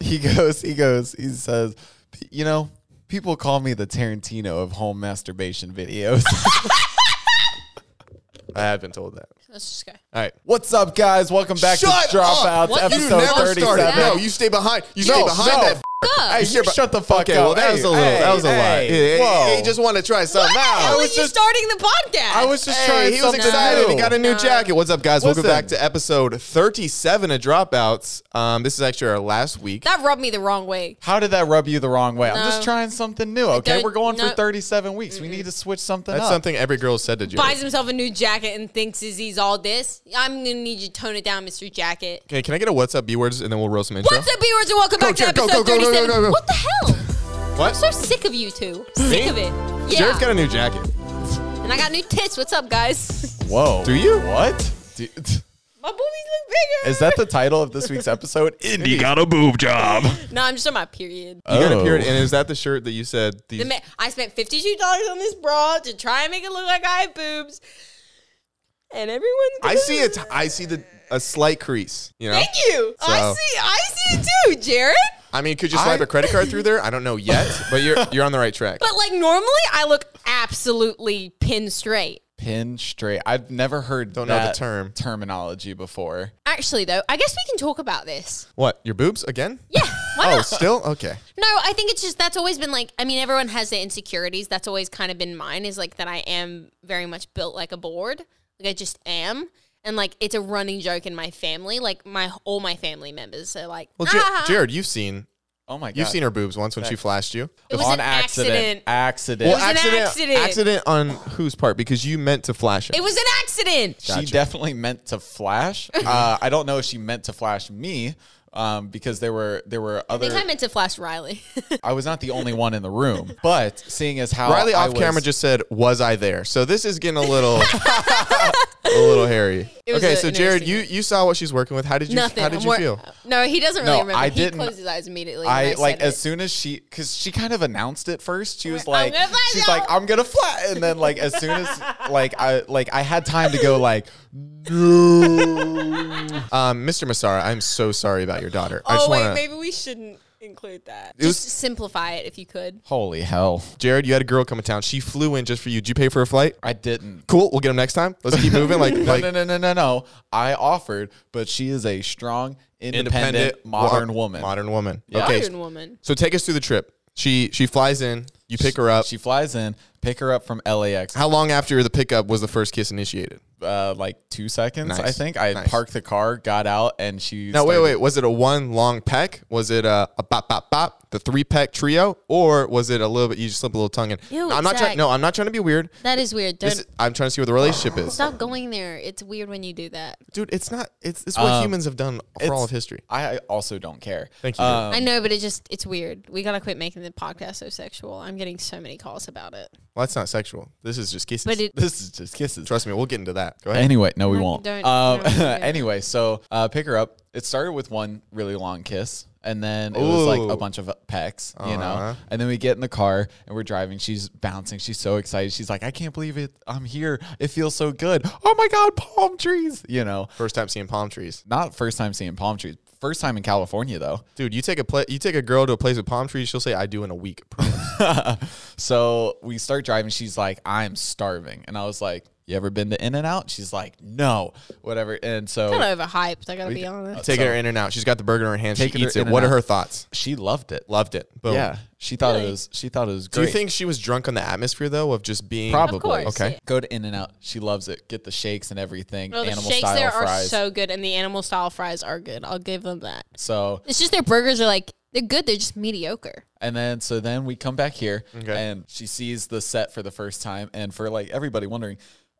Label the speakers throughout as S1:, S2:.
S1: he goes, he goes, he says, "P- you know, people call me the Tarantino of home masturbation videos.
S2: I have been told that.
S3: Let's just go.
S2: All right.
S1: What's up, guys? Welcome back
S2: Shut
S1: to Dropouts,
S2: up.
S3: What? You
S1: episode
S3: never started.
S1: 37.
S2: No, you stay behind. You
S1: No,
S2: stay behind
S1: no.
S2: that. f-
S1: Hey,
S2: You're bu-
S1: shut the fuck
S2: okay,
S1: up.
S2: well, that
S1: Hey,
S2: was a little. that
S1: hey,
S2: was a lot.
S1: hey,
S2: Yeah, yeah,
S1: whoa.
S2: He just wanted to try something
S3: How
S1: I
S3: are
S2: out.
S3: you
S1: was just-
S3: starting the podcast?
S1: I was just trying
S2: Hey, he was
S1: something
S2: excited. He
S1: new.
S2: got a new jacket. What's up, guys? Welcome
S1: Listen.
S2: back to episode 37 of Dropouts. Um, this is actually our last week.
S3: that rubbed me the wrong way.
S1: How did that rub you the wrong way? I'm just
S3: No.
S1: trying something new. Okay,
S3: don't-
S1: we're going
S3: no.
S1: for 37 weeks. We need to switch something
S2: That's
S1: up.
S2: something every girl said to you.
S3: Buys himself a new jacket and thinks is he's all this. I'm gonna need you to tone it down, Mr. Jacket.
S2: Okay, can I get a what's up B words and then we'll roll some intro?
S3: What's up, viewers, and welcome back to
S2: Jared, go,
S3: episode
S2: go, go, go, go,
S3: 37.
S2: go, go.
S3: What the hell?
S2: What?
S3: I'm so sick of you two. Sick
S2: Me?
S3: of it. Yeah.
S2: Jared's got a new jacket.
S3: and I got new tits. What's up, guys?
S1: Whoa.
S2: Do you?
S1: What? Do-
S3: My boobies look bigger.
S1: Is that the title of this week's episode? Indy got a boob job.
S3: no, I'm just on my period.
S2: You got a period, and is that the shirt that you said? These,
S3: The ma- I spent fifty-two dollars on this bra to try and make it look like I have boobs, and everyone's.
S2: I
S3: gonna-
S2: see it. I see the a slight crease. You know,
S3: Thank you. Oh, I
S2: So-
S3: see. I see it too, Jared.
S2: I mean, could you swipe
S1: I-
S2: a credit card through there? I don't know yet, but you're you're on the right track.
S3: But like normally, I look absolutely pin straight.
S1: Pin straight. I've never heard
S2: Don't know the
S1: that
S2: term.
S1: terminology before.
S3: Actually, though, I guess we can talk about this.
S2: What? Your boobs again?
S3: Yeah. Why
S2: Oh,
S3: not?
S2: still okay.
S3: No, I think it's just that's always been like I mean everyone has their insecurities. That's always kind of been mine is like that I am very much built like a board. Like I just am. And like it's a running joke in my family. Like my all my family members are like
S2: Well, Jar-
S3: "Ah."
S2: Jared, you've seen
S1: Oh my god.
S2: you've seen her boobs once when she flashed you.
S3: It was
S1: on
S3: an
S1: accident.
S3: accident.
S1: Accident.
S3: was an accident.
S2: accident on whose part? Because you meant to flash it.
S3: It was an accident.
S1: she definitely meant to flash. Uh, I don't know if she meant to flash me um, because there were there were
S3: I
S1: other.
S3: think I meant to flash Riley.
S1: I was not the only one in the room, but seeing as how
S2: Riley
S1: I
S2: off camera
S1: was-
S2: just said, "Was I there?" So this is getting a little, a little hairy.
S3: It was
S2: Okay,
S3: a-
S2: so
S3: an
S2: Jared,
S3: interesting-
S2: you you saw what she's working with. How did you
S3: Nothing.
S2: How did
S3: I'm
S2: you
S3: wor-
S2: feel?
S3: No, he doesn't really
S1: No,
S3: remember.
S1: I
S3: he
S1: didn't-
S3: closed his eyes immediately. when
S1: I like
S3: said
S1: as
S3: it.
S1: soon as she, because she kind of announced it first. She was
S3: We're- I'm
S1: like,
S3: gonna flash
S1: she's
S3: y'all.
S1: like, I'm gonna fly, and then like as soon as like I like I had time to go like, no,
S2: Um, Mr. Masara, I'm so sorry about your daughter. I
S4: Oh
S2: just
S4: wait,
S2: want to.
S4: maybe we shouldn't include that.
S2: It
S3: just
S2: was-
S3: simplify it if you could.
S1: holy hell,
S2: Jared, you had a girl come in town. She flew in just for you. Did you pay for a flight?
S1: I didn't.
S2: Cool. We'll get them next time. Let's keep moving. Like,
S1: No,
S2: like
S1: no, no, no, no, no. I offered, but she is a strong, independent, modern
S2: wa-
S1: woman.
S2: Modern woman. Okay.
S3: Modern woman.
S2: So take us through the trip. She she flies in. You pick her up.
S1: She flies in, pick her up from LAX.
S2: How long after the pickup was the first kiss initiated?
S1: uh, like two seconds,
S2: Nice.
S1: I think. I
S2: Nice.
S1: parked the car, got out, and she.
S2: Now wait
S1: started-
S2: wait. Was it a one long peck? Was it a, a bop bop bop? The three peck trio, or was it a little bit? You just slip a little tongue in.
S3: Ew,
S2: I'm not
S3: Zach.
S2: trying. No, I'm not trying to be weird.
S3: That is weird. Don't
S2: This is- I'm trying to see where the relationship is,
S3: stop going there. It's weird when you do that.
S2: dude. It's not. It's it's what humans have done for
S1: Um,
S2: all
S1: it's-
S2: of history.
S1: I I also don't care. Um,
S2: Thank you.
S3: I know, but it just it's weird. We gotta quit making the podcast so sexual. I'm getting so many calls about it.
S2: Well, that's not sexual. This is just kisses.
S3: But it
S1: This is just kisses.
S2: Trust me, we'll get into that. Go ahead.
S1: Anyway, no, we
S3: Like,
S1: won't.
S3: don't-
S1: um,
S3: don't do it.
S1: anyway, so uh, pick her up. It started with one really long kiss, and then it was like
S2: Ooh.
S1: a bunch of pecks, you
S2: Uh-huh.
S1: know. And then we get in the car and we're driving. She's bouncing. She's so excited. She's like, "I can't believe it! I'm here. It feels so good. Oh my god, palm trees!" You know,
S2: First time seeing palm trees,
S1: not first time seeing palm trees. First time in California though.
S2: dude. You take a pla- you take a girl to a place with palm trees, she'll say, "I do in a week."
S1: so we start driving. She's like, I'm starving. And I was like, You ever been to In and Out? She's like, No, whatever. And
S2: Oh.
S3: kind
S1: so
S3: of overhyped. I gotta be honest.
S2: Taking her in and out. She's got the burger in her hand. She
S1: Taking her
S2: eats it.
S1: in and
S2: What are
S1: out.
S2: her thoughts?
S1: she loved it.
S2: Loved it. Boom.
S1: Yeah. She thought it was she thought it was
S2: Do
S1: great.
S2: you think she was drunk on the atmosphere though of just being
S1: probably
S3: Of course.
S2: Okay.
S3: yeah.
S1: go to In and Out? She loves it. Get the shakes and everything.
S3: Well, the
S1: animal
S3: shakes
S1: style
S3: there are
S1: fries.
S3: so good, and the animal style fries are good. I'll give them that.
S1: so
S3: It's just their burgers are like they're good. They're just mediocre.
S1: And then so then we come back here
S2: Okay.
S1: and she sees the set for the first time and for like everybody wondering,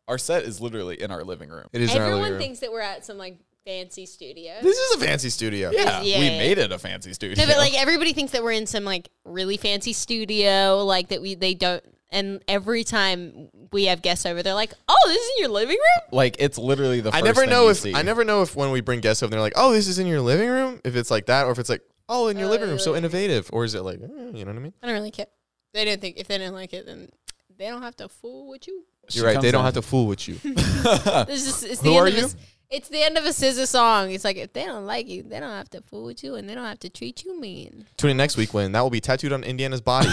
S1: our set is literally in our living room.
S2: It is in our living
S3: Everyone
S2: room.
S3: thinks that we're at some like fancy studio.
S2: This is a fancy studio.
S1: Yeah,
S3: Yeah.
S1: we made it a fancy studio.
S3: No, but like everybody thinks that we're in some like really fancy studio, like that we they don't. And every time we have guests over, they're like, "Oh, this is in your living room."
S1: Like, it's literally the
S2: I
S1: first
S2: never
S1: thing
S2: know
S1: you
S2: if
S1: see.
S2: I never know if when we bring guests over, they're like, "Oh, this is in your living room." If it's like that, or if it's like, "Oh, in your living room,
S3: Uh.
S2: so innovative," or is it like, eh, you know what I mean?
S3: I don't really care. They don't think if they don't like it, then they don't have to fool with you.
S1: She
S2: You're right.
S1: comes
S2: They don't
S1: in.
S2: have to fool with you.
S3: This is it's
S2: Who
S3: the
S2: are
S3: end of
S2: you?
S3: us. It's the end of a scissor song. It's like if they don't like you, they don't have to fool with you, and they don't have to treat you mean.
S2: Tune in next week when that will be tattooed on Indiana's body.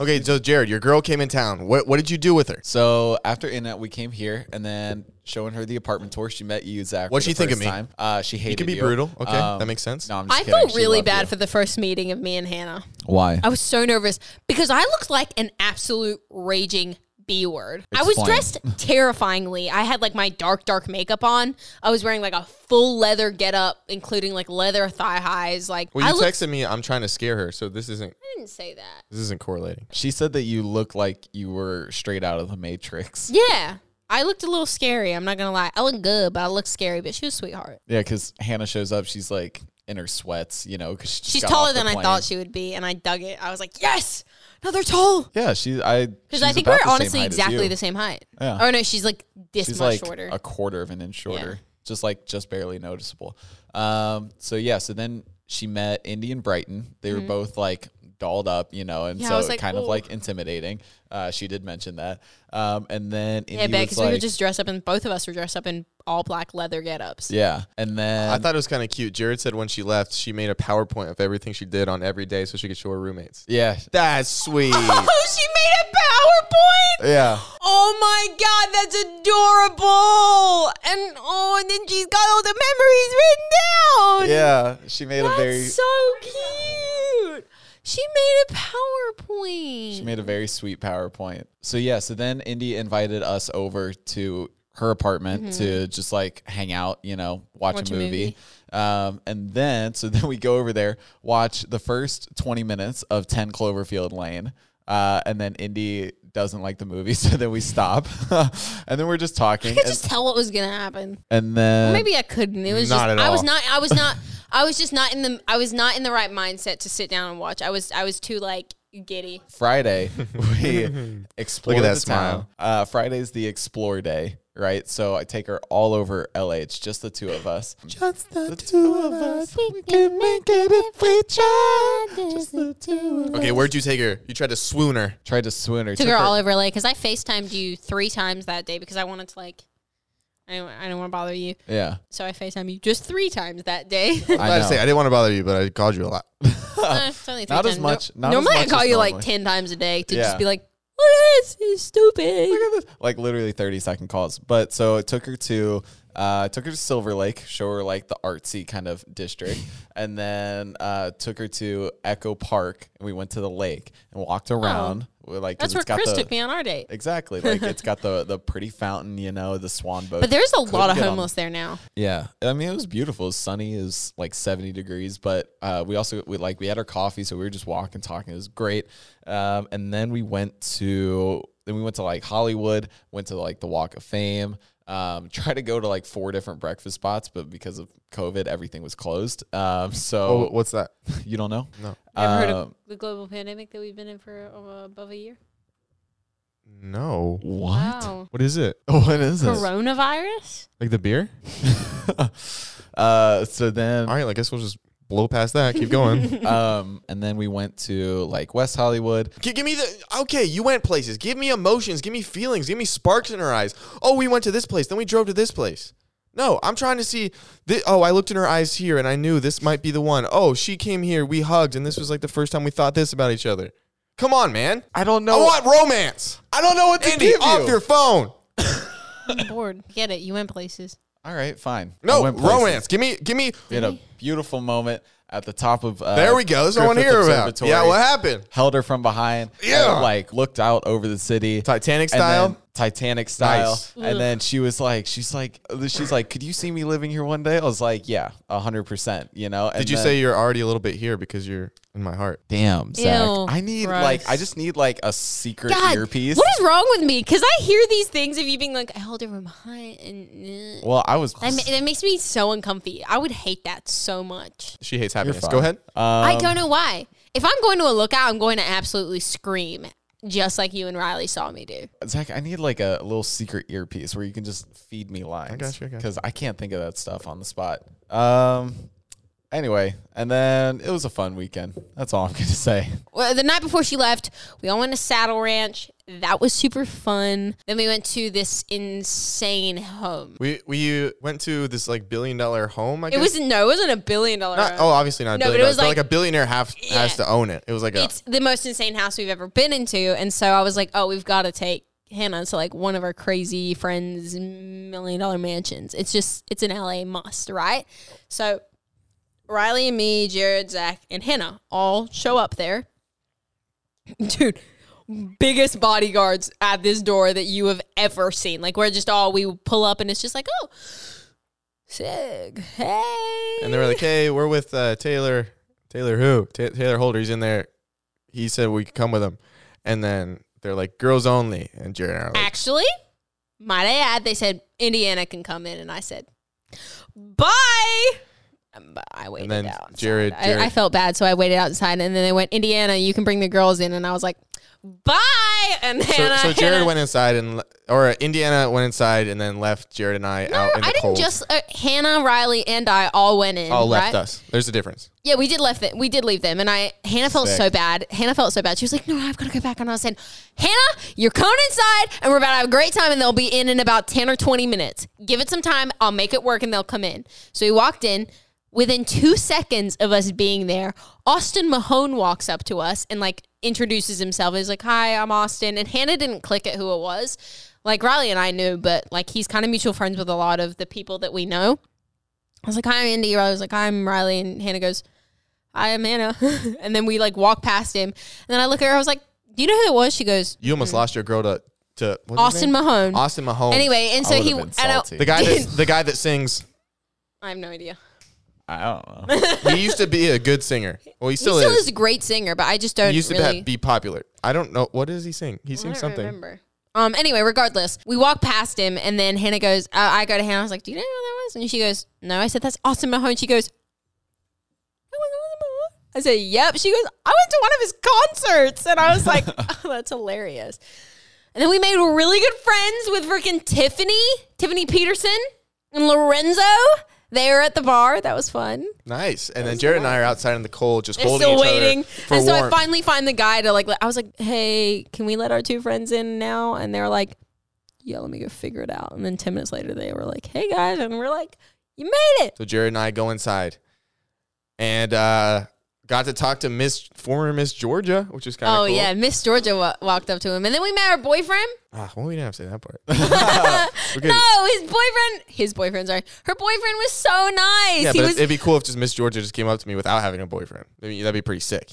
S2: okay, so Jared, your girl came in town. What what did you do with her?
S1: So after Innet, we came here and then showing her the apartment tour. She met you, Zach.
S2: What'd
S1: for the
S2: she think of
S1: first
S2: me?
S1: Time. Uh, she hated
S2: be
S1: you. Um,
S2: brutal. Okay, that makes sense.
S1: No, I'm just
S3: I
S1: kidding.
S3: felt
S1: She
S3: really
S1: loved
S3: bad
S1: you.
S3: for the first meeting of me and Hannah.
S1: Why?
S3: I was so nervous because I looked like an absolute raging B word. I was
S1: Explain.
S3: dressed terrifyingly. I had like my dark, dark makeup on. I was wearing like a full leather getup, including like leather thigh highs. Like
S2: Well,
S3: I
S2: you
S3: looked,
S2: texted me. I'm trying to scare her, so this isn't
S3: I didn't say that.
S2: this isn't correlating.
S1: She said that you look like you were straight out of the Matrix.
S3: Yeah, I looked a little scary. I'm not gonna lie. I looked good, but I looked scary. But she was a sweetheart.
S1: Yeah, because Hannah shows up. She's like in her sweats, you know, because she just
S3: She's
S1: got
S3: taller
S1: off the
S3: than I
S1: plane.
S3: thought she would be, and I dug it. I was like, yes, no, they're tall.
S1: Yeah, she. I.
S3: Because I think we're honestly exactly the
S1: this.
S3: same height.
S1: Yeah.
S3: Oh no, she's like this
S1: She's
S3: much
S1: like
S3: shorter.
S1: a quarter of an inch shorter, just like just barely noticeable. Um. So yeah. So then she met Indy and Brighton. They were both like dolled up, you know, and
S3: Mm-hmm. Yeah, I
S1: so
S3: was like,
S1: kind of
S3: "Ooh."
S1: like intimidating. Uh, she did mention that. Um, and then Indy
S3: yeah, because
S1: was like,
S3: we were just dressed up, and both of us were dressed up in all black leather getups.
S1: yeah, and then
S2: I thought it was kind of cute. Jared said when she left, she made a PowerPoint of everything she did on every day so she could show her roommates.
S1: yeah,
S2: That's sweet.
S3: Oh, she made a
S1: Eh.
S3: PowerPoint.
S2: yeah.
S3: Oh my god, that's adorable! And oh, and then she's got all the memories written down.
S1: yeah, she made a very
S3: so cute. She made a PowerPoint.
S1: She made a very sweet PowerPoint. So yeah, so then Indy invited us over to her apartment to just like hang out, you know, watch,
S3: Mm-hmm. Watch
S1: a
S3: a
S1: movie.
S3: movie.
S1: Um, and then so then we go over there, watch the first 20 minutes of 10 Cloverfield Lane. Uh, and then Indy doesn't like the movie, so then we stop. and then we're just talking.
S3: I could
S1: and,
S3: just tell what was gonna happen.
S1: and then
S3: Maybe I couldn't. It was
S2: Not
S3: just,
S2: at
S3: I was
S2: all.
S3: not. I was not. I was just not in the. I was not in the right mindset to sit down and watch. I was. I was too like giddy.
S1: Friday, we explore the town.
S2: that smile.
S1: Uh, Friday's the explore day, right? So I take her all over LA. It's just the two of us. Just the, two of us. We can make it if we try. Just the two of
S2: Okay, where'd you take her? You tried to swoon her.
S1: Tried to swoon her.
S3: Took her all over LA because I Facetimed you three times that day because I wanted to like. I don't, I don't want to bother you,
S1: Yeah.
S3: so I Facetime you just three times that day.
S2: I, Oh,
S1: I
S2: was about to say I
S1: know.
S2: didn't want to bother you, but I called you a lot.
S3: Uh, it's only three
S1: Not as
S3: times.
S1: much- not
S3: No-
S1: as
S3: normally
S1: much
S3: I call
S1: as
S3: you like
S1: normally.
S3: ten times a day to
S1: Yeah.
S3: just be like, "What is this? It's stupid."
S1: Look at this. Like literally 30 second calls. But so it took her to uh took her to Silver Lake, show her like the artsy kind of district, and then uh took her to Echo Park and we went to the lake and walked around. We're like 'cause
S3: Oh, That's where
S1: it's got
S3: Chris
S1: the-
S3: took me on our date.
S1: Exactly. Like it's got the the pretty fountain, you know, the swan boat.
S3: But there's a lot of
S1: get on-
S3: homeless there now.
S1: yeah. I mean, it was beautiful. It was sunny. It was like 70 degrees, but uh, we also we like we had our coffee, so we were just walking, talking. It was great. Um, and then we went to then we went to like Hollywood, went to like the Walk of Fame. Um, tried to go to like four different breakfast spots, but because of COVID, everything was closed. Um,
S2: Oh,
S1: so
S2: what's that?
S1: you don't know.
S2: No.
S3: Ever heard of
S1: Um,
S3: the global pandemic that we've been in for uh, above a year?
S2: No.
S1: what?
S3: Wow.
S2: What is it?
S1: What is it?
S3: Coronavirus?
S2: Like the beer?
S1: uh, so then
S2: All right, I guess we'll just blow past that. Keep going.
S1: um, and then we went to like West Hollywood.
S2: G- give me the okay. You went places. Give me emotions. Give me feelings. Give me sparks in her eyes. Oh, we went to this place. Then we drove to this place. No, I'm trying to see. Thi- oh, I looked in her eyes here, and I knew this might be the one. Oh, she came here. We hugged, and this was like the first time we thought this about each other. Come on, man.
S1: I don't
S2: I want romance.
S1: I don't know what to
S2: Andy, off your phone.
S3: I'm bored. Get it. You went places.
S1: All right, fine. I
S2: No
S1: went places.
S2: romance. Give me, give me.
S1: We had a beautiful moment at the top of. Uh,
S2: There we go. That's what I want to
S1: Griffith
S2: hear about.
S1: Observatory.
S2: Yeah, what happened?
S1: Held her from behind.
S2: Yeah.
S1: and, like looked out over the city.
S2: Titanic
S1: And
S2: style?
S1: then Titanic style.
S2: Nice.
S1: And then she was like, she's like, she's like, could you see me living here one day? I was like, yeah, a hundred percent. You know. And
S2: Did you
S1: then-
S2: say you're already a little bit here because you're in my heart?
S1: Damn, Zach.
S3: Ew,
S1: I need
S3: gross.
S1: like, I just need like a secret
S3: God,
S1: earpiece.
S3: what is wrong with me? Because I hear these things of you being like, I hold her from behind. And, uh,
S1: well, I was.
S3: that, ma- that makes me so uncomfy. I would hate that so much.
S2: She hates happiness.
S1: fine.
S2: Go ahead.
S1: Um,
S3: I don't know why. If I'm going to a lookout, I'm going to absolutely scream, just like you and Riley saw me do.
S1: Zach, I need like a little secret earpiece where you can just feed me lines.
S2: got you, I got you.
S1: Because I can't think of that stuff on the spot. Um. Anyway, and then it was a fun weekend. That's all I'm going to say.
S3: Well, the night before she left, we all went to Saddle Ranch. That was super fun. Then we went to this insane home.
S2: We we uh, went to this like billion dollar home. I
S3: It
S2: guess.
S3: was no, it wasn't a billion dollar.
S2: not
S3: home.
S2: oh obviously not a
S3: No, but
S2: billion
S3: it
S2: dollars,
S3: was
S2: but like,
S3: like-
S2: a billionaire have, has to own it. It was like a
S3: it's the most insane house we've ever been into. And so I was like, oh, we've got to take Hannah to like one of our crazy friends' million dollar mansions. It's just, it's an LA must, right? So Riley and me, Jared, Zach, and Hannah all show up there. Dude, biggest bodyguards at this door that you have ever seen. Like, we're just all, we pull up and it's just like, oh, sick. Hey.
S2: and they were like, hey, we're with uh, Taylor Taylor who Ta Taylor Holder. He's in there. He said we could come with him, and then they're like girls only. And Jared and I are like,
S3: Actually, might I add, they said Indiana can come in, and I said, "Bye." Um, But I waited
S2: then
S3: outside.
S2: Jared-
S3: I-
S2: Jared-
S3: I, felt bad, so I waited outside, and then they went, "Indiana, you can bring the girls in," and I was like, "Bye." And
S2: so,
S3: Hannah,
S2: so Jared
S3: Hannah-
S2: went inside and le- or Indiana went inside and then left Jared and I
S3: No,
S2: out
S3: no,
S2: in the
S3: I didn't
S2: cold.
S3: just uh, Hannah, Riley, and I all went in.
S2: all left
S3: right?
S2: us. There's a difference.
S3: Yeah, we did left it. We did leave them, and I Hannah felt
S1: Sick.
S3: so bad. Hannah felt so bad. She was like, "No, I've got to go back." And I was saying, "Hannah, you're coming inside, and we're about to have a great time, and they'll be in in about ten or twenty minutes. Give it some time. I'll make it work, and they'll come in." So we walked in. Within two seconds of us being there, Austin Mahone walks up to us and like introduces himself. He's like, "Hi, I'm Austin," and Hannah didn't click at who it was. Like Riley and I knew, but like he's kind of mutual friends with a lot of the people that we know. I was like, "Hi, I'm Indy." I was like, "Hi, I'm Riley," and Hannah goes, "Hi, I'm Hannah." and then we like walk past him, and then I look at her. I was like, "Do you know who it was?" She goes,
S2: You almost lost your girl to to what's his
S3: Mm. "Austin
S2: name?
S3: Mahone."
S2: Austin Mahone.
S3: Anyway, and so
S1: I
S3: he
S1: would've been
S3: and I,
S1: salty.
S2: the guy that the guy that sings.
S3: I have no idea.
S1: I don't know.
S2: He used to be a good singer. Well, he
S3: He
S2: still, is.
S3: a great singer, but I just don't
S2: He used to
S3: really.
S2: be, be popular. I don't know what does he sing. He sings
S3: I don't
S2: something.
S3: Remember. Um. Anyway, regardless, we walk past him, and then Hannah goes. Uh, I go to Hannah. I was like, "Do you know who that was?" And she goes, "No." I said, "That's Austin Mahone." She goes, "That was Austin Mahone?" I said, "Yep." She goes, "I went to one of his concerts," and I was like, oh, "That's hilarious." And then we made really good friends with freaking Tiffany, Tiffany Peterson, and Lorenzo. They were at the bar. That was fun.
S2: Nice. And then Jared and I are outside in the cold, just
S3: They're
S2: holding
S3: still
S2: each
S3: waiting.
S2: other for
S3: And so I
S2: warmth.
S3: finally find the guy to like, let- I was like, hey, can we let our two friends in now? And they were like, yeah, let me go figure it out. And then 10 minutes later, they were like, hey guys. And we're like, you made it.
S2: so Jared and I go inside, and uh, got to talk to Miss former Miss Georgia, which is kind of
S3: Oh,
S2: cool.
S3: yeah. Miss Georgia wa- walked up to him. And then we met her boyfriend.
S2: Ah, well, we didn't have to say that part.
S3: no,
S2: good.
S3: his boyfriend, his boyfriend, sorry. Her boyfriend was so nice.
S2: yeah,
S3: he
S2: but
S3: was,
S2: it'd be cool if just Miss Georgia just came up to me without having a boyfriend. I mean, that'd be pretty sick.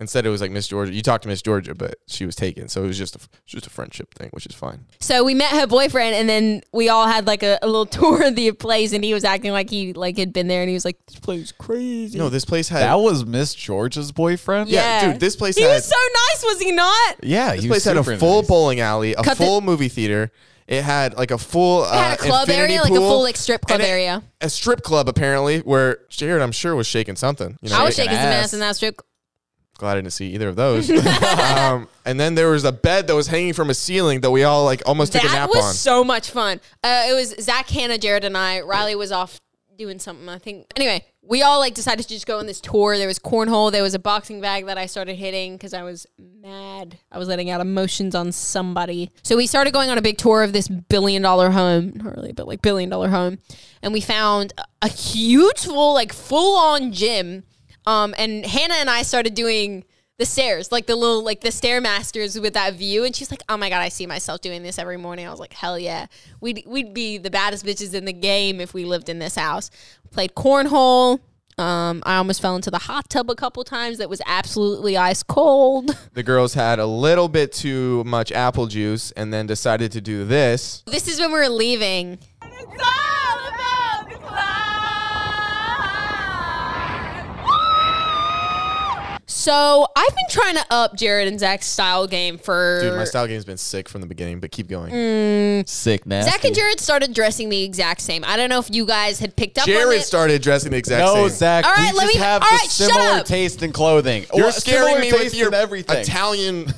S2: Instead, it was like Miss Georgia. You talked to Miss Georgia, but she was taken, so it was just a, just a friendship thing, which is fine.
S3: so we met her boyfriend and then we all had like a, a little tour of the place and he was acting like he like had been there and he was like, this place is crazy.
S2: No, this place had
S1: that was Miss Georgia's boyfriend.
S2: Yeah, dude, this place
S3: He
S2: had-
S3: was so nice, was he not?
S1: yeah.
S2: This
S1: he was
S2: place had a
S1: super
S2: full
S1: nice.
S2: bowling alley, a
S3: Cut the-
S2: full movie theater. It had like a full uh,
S3: had a club
S2: infinity
S3: area, like a
S2: pool,
S3: full, like, strip club
S2: and it-
S3: area.
S2: a strip club apparently, where Jared, I'm sure, was shaking something. You know,
S3: I was
S1: shaking
S3: shaking some
S1: ass.
S3: ass in that strip.
S2: glad I didn't see either of those. um, and then there was a bed that was hanging from a ceiling that we all like almost took a
S3: That
S2: nap
S3: was
S2: on.
S3: so much fun. Uh, it was Zach, Hannah, Jared, and I. Riley was off doing something, I think. Anyway, we all like decided to just go on this tour. There was cornhole. There was a boxing bag that I started hitting because I was mad. I was letting out emotions on somebody. So we started going on a big tour of this billion dollar home. Not really, but like billion dollar home. And we found a- a huge full, like full on gym. Um, and Hannah and I started doing the stairs, like the little, like the stairmasters with that view. And she's like, "Oh my god, I see myself doing this every morning." I was like, "Hell yeah, we'd we'd be the baddest bitches in the game if we lived in this house." Played cornhole. Um, I almost fell into the hot tub a couple times. That was absolutely ice cold.
S2: the girls had a little bit too much apple juice, and then decided to do this.
S3: This is when we were leaving.
S4: It's all about the climb.
S3: So I've been trying to up Jared and Zach's style game for
S2: Dude, my style game's been sick from the beginning, but keep going.
S3: Mm.
S1: sick nasty.
S3: Zach and Jared started dressing the exact same. I don't know if you guys had picked up on
S2: Jared
S3: it.
S2: started dressing the exact
S1: No,
S2: same.
S1: Zach.
S3: All right,
S1: we
S3: let
S1: just
S3: me-
S1: have
S3: all
S1: the
S3: right, shut
S1: similar
S3: up.
S1: taste in clothing.
S2: You're
S1: Well, similar
S2: scaring me with
S1: taste
S2: your
S1: in everything.
S2: Italian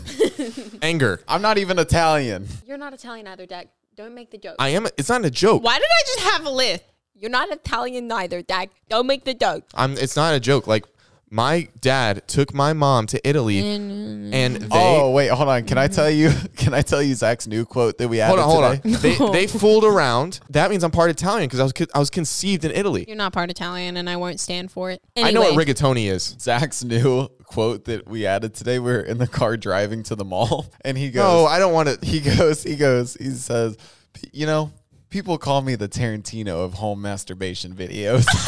S2: anger.
S1: I'm not even Italian.
S3: You're not Italian either, Dak. Don't make the joke.
S2: I am. It's not a joke.
S3: Why did I just have a list? You're not Italian neither, Dag. Don't make the joke.
S2: I'm. It's not a joke. Like my dad took my mom to Italy, and they
S1: oh wait, hold on. Can I tell you? Can I tell you Zach's new quote that we added?
S2: hold on, hold on.
S1: today?
S2: They, they fooled around. That means I'm part Italian because I was co- I was conceived in Italy.
S3: You're not part Italian, and I won't stand for it.
S2: I know what
S3: Anyway.
S2: rigatoni is.
S1: Zach's new quote that we added today. We are in the car driving to the mall, and he goes,
S2: No, I don't want to.
S1: he goes, he goes, he says, "P- you know, people call me the Tarantino of home masturbation videos.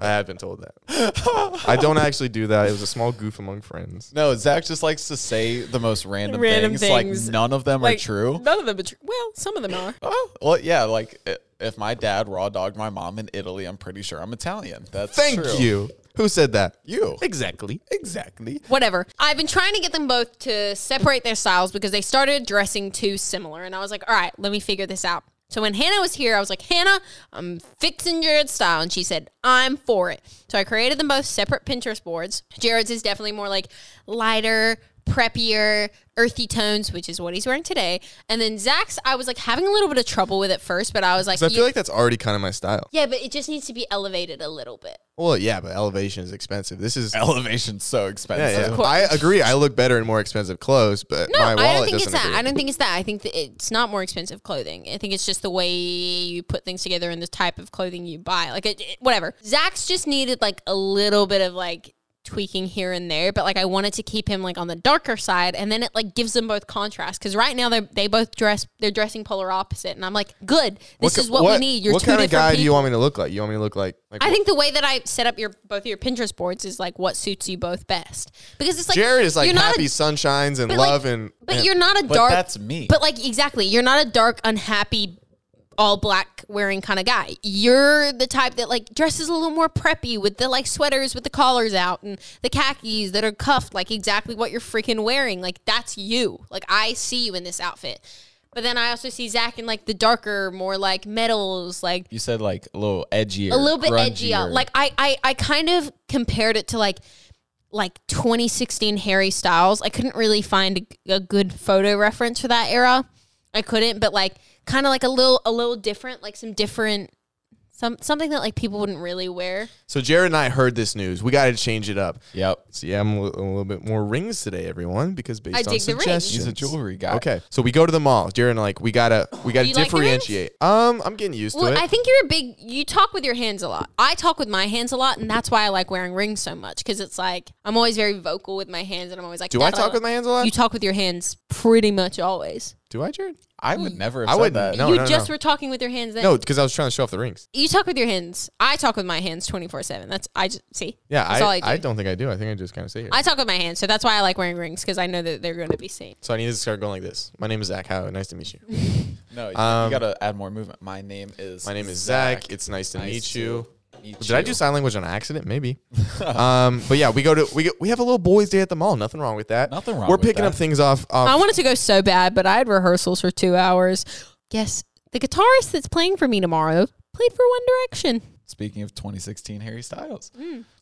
S2: I have been told that. I don't actually do that. It was a small goof among friends.
S1: no, Zach just likes to say the most random,
S3: Random
S1: things,
S3: things.
S1: Like none of them are
S3: Like,
S1: true.
S3: None of them are true. Well, some of them are.
S1: Oh, well, yeah. Like i- if my dad raw dogged my mom in Italy, I'm pretty sure I'm Italian. That's
S2: Thank
S1: true.
S2: you. Who said that?
S1: You
S2: Exactly.
S1: exactly.
S3: Whatever. I've been trying to get them both to separate their styles because they started dressing too similar. And I was like, all right, let me figure this out. So when Hannah was here, I was like, Hannah, I'm fixing Jared's style. And she said, I'm for it. So I created them both separate Pinterest boards. Jared's is definitely more like lighter, preppier, earthy tones, which is what he's wearing today. And then Zach's, I was like having a little bit of trouble with at first, but I was like,
S2: So I
S3: "You-
S2: feel like that's already kind of my style.
S3: yeah, but it just needs to be elevated a little bit.
S2: Well, yeah, but elevation is expensive. This is.
S1: Elevation's so
S2: Yeah,
S1: expensive.
S2: yeah. I agree. I look better in more expensive clothes, but
S3: No,
S2: my wallet
S3: I don't think
S2: doesn't
S3: it's that.
S2: agree.
S3: I don't think it's that. I think that it's not more expensive clothing. I think it's just the way you put things together and the type of clothing you buy. Like it, it- whatever. Zach's just needed like a little bit of like tweaking here and there, but like I wanted to keep him like on the darker side, and then it like gives them both contrast because right now they they both dress they're dressing polar opposite, and I'm like, good. This
S2: ki-
S3: is what, we need. You're
S2: what
S3: two
S2: kind
S3: different
S2: of guy
S3: people.
S2: do you want me to look like? You want me to look like? like
S3: I think the way that I set up your both of your Pinterest boards is like what suits you both best because it's like
S2: Jared is like
S3: you're not a-
S2: happy sunshines and
S3: but, like-
S2: love and.
S3: But
S2: and-
S3: you're not a
S1: But
S3: dark.
S1: that's me.
S3: But like exactly, you're not a dark, unhappy, all black wearing kind of guy. You're the type that like dresses a little more preppy with the like sweaters with the collars out and the khakis that are cuffed, like exactly what you're freaking wearing. Like that's you. Like I see you in this outfit. But then I also see Zach in like the darker, more like metals, like
S1: You said like a little edgier,
S3: a little bit
S1: grungier.
S3: edgier. Like I, I, I kind of compared it to like like 2016 Harry Styles. I couldn't really find a, a good photo reference for that era. I couldn't, but like kind of like a little a little different, like some different some something that like people wouldn't really wear.
S2: so Jared and I heard this news. We got to change it up.
S1: yep.
S2: So yeah, I'm a li- a little bit more rings today, everyone, because based
S3: I
S2: on
S3: dig the rings.
S2: suggestions,
S1: He's a jewelry guy.
S2: Okay, so we go to the mall. Jared and I, like we gotta we gotta
S3: you like the rings?
S2: differentiate. um, I'm getting used
S3: Well,
S2: to it.
S3: I think you're a big you talk with your hands a lot. I talk with my hands a lot and that's why I like wearing rings so much cuz it's like I'm always very vocal with my hands and I'm always like
S2: Do I
S3: "Da, da,
S2: talk
S3: da."
S2: with my hands a lot?
S3: You talk with your hands pretty much always.
S2: Do I, Jared?
S1: I would never. Have
S2: I
S1: said
S2: wouldn't.
S1: That.
S2: No,
S3: you
S2: no, no.
S3: just were talking with your hands then.
S2: No, because I was trying to show off the rings.
S3: You talk with your hands. I talk with my hands 24 7. That's, I just, see?
S2: Yeah,
S3: That's
S2: I,
S3: all
S2: I,
S3: I do.
S2: don't think I do. I think I just kind of sit here.
S3: I talk with my hands. So that's why I like wearing rings because I know that they're going to be seen.
S2: so I need to start going like this. My name is Zach Howe. Nice to meet you.
S1: No, you,
S2: Um,
S1: you gotta add more movement. My name is.
S2: My name is Zach. It's nice to meet you.
S1: meet
S2: Did I
S1: you.
S2: do sign language on accident? Maybe. um, but yeah, we go to we go, we have a little boys' day at the mall. Nothing wrong with that.
S1: Nothing wrong
S2: We're
S1: with
S2: picking
S1: that.
S2: up things off. off
S3: I wanted to go so bad, but I had rehearsals for two hours. Guess the guitarist that's playing for me tomorrow played for One Direction.
S1: Speaking of 2016 Harry Styles,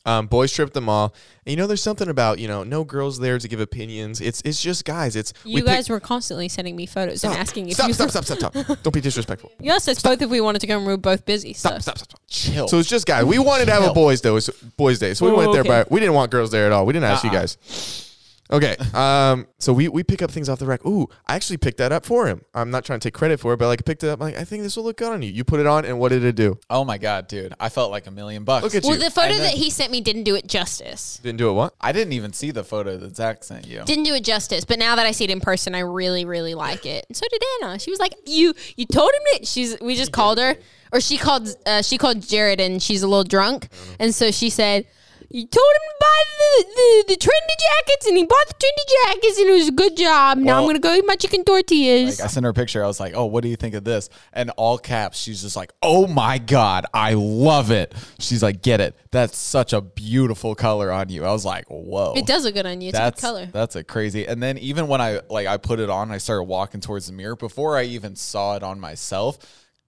S2: um, boys trip at the mall. And you know, there's something about you know, no girls there to give opinions. It's it's just guys. It's
S3: You
S2: we pick-
S3: guys were constantly sending me photos and asking if
S2: stop,
S3: you
S2: stop, stop, stop, stop, Don't be disrespectful.
S3: You also said both if we wanted to go and we were both busy. So.
S2: Stop, stop, stop, stop.
S1: chill.
S2: So it's just guys. We wanted to have a boys' day. so- Boys' day. So we
S3: Oh,
S2: went there,
S3: okay.
S2: but we didn't want girls there at all. We didn't ask you
S1: Uh-uh.
S2: guys. Okay. Um. So we we pick up things off the rack. Ooh, I actually picked that up for him. I'm not trying to take credit for it, but like I picked it up. Like I think this will look good on you. You put it on, and what did it do?
S1: oh my god, dude, I felt like a million bucks.
S2: Look at
S3: Well,
S2: you.
S3: the photo
S1: And then-
S3: that he sent me didn't do it justice.
S2: Didn't do it. What?
S1: I didn't even see the photo that Zach sent you.
S3: didn't do it justice. But now that I see it in person, I really, really like it. And so did Anna. She was like, "You, you told him that." She's. We just called her, or she called. Uh, she called Jared, and she's a little drunk, and so she said. You told him to buy the, the, the trendy jackets, and he bought the trendy jackets, and it was a good job. now I'm
S1: Well-
S3: gonna go eat my chicken tortillas.
S1: Like, I sent her a picture. I was like, "Oh, what do you think of this?" And all caps. She's just like, "Oh my god, I love it." She's like, "Get it? That's such a beautiful color on you." I was like, "Whoa."
S3: it does look good on you. It's a
S1: that's
S3: good color.
S1: that's a crazy. And then even when I like I put it on, I started walking towards the mirror before I even saw it on myself.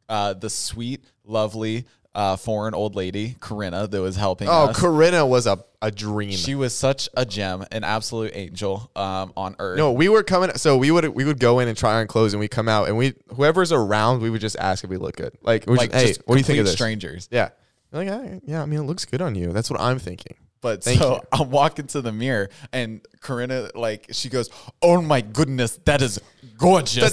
S1: Uh, the sweet, lovely uh, foreign old lady Corinna that was helping.
S2: Oh,
S1: us,
S2: Corinna was a a dream.
S1: she was such a gem, an absolute angel um, on earth.
S2: No, we were coming. So we would we would go in and try on clothes, and we come out, and we whoever's around, we would just ask if we look good. Like, we
S1: like
S2: like hey,
S1: just
S2: what do you think
S1: complete
S2: of this?
S1: strangers.
S2: Yeah, You're like, "Ah, yeah, I mean, it looks good on you. That's what I'm thinking.
S1: But
S2: Thank
S1: so
S2: you.
S1: I'm walking to the mirror, and Corinna, like, she goes, "Oh my goodness, that is gorgeous."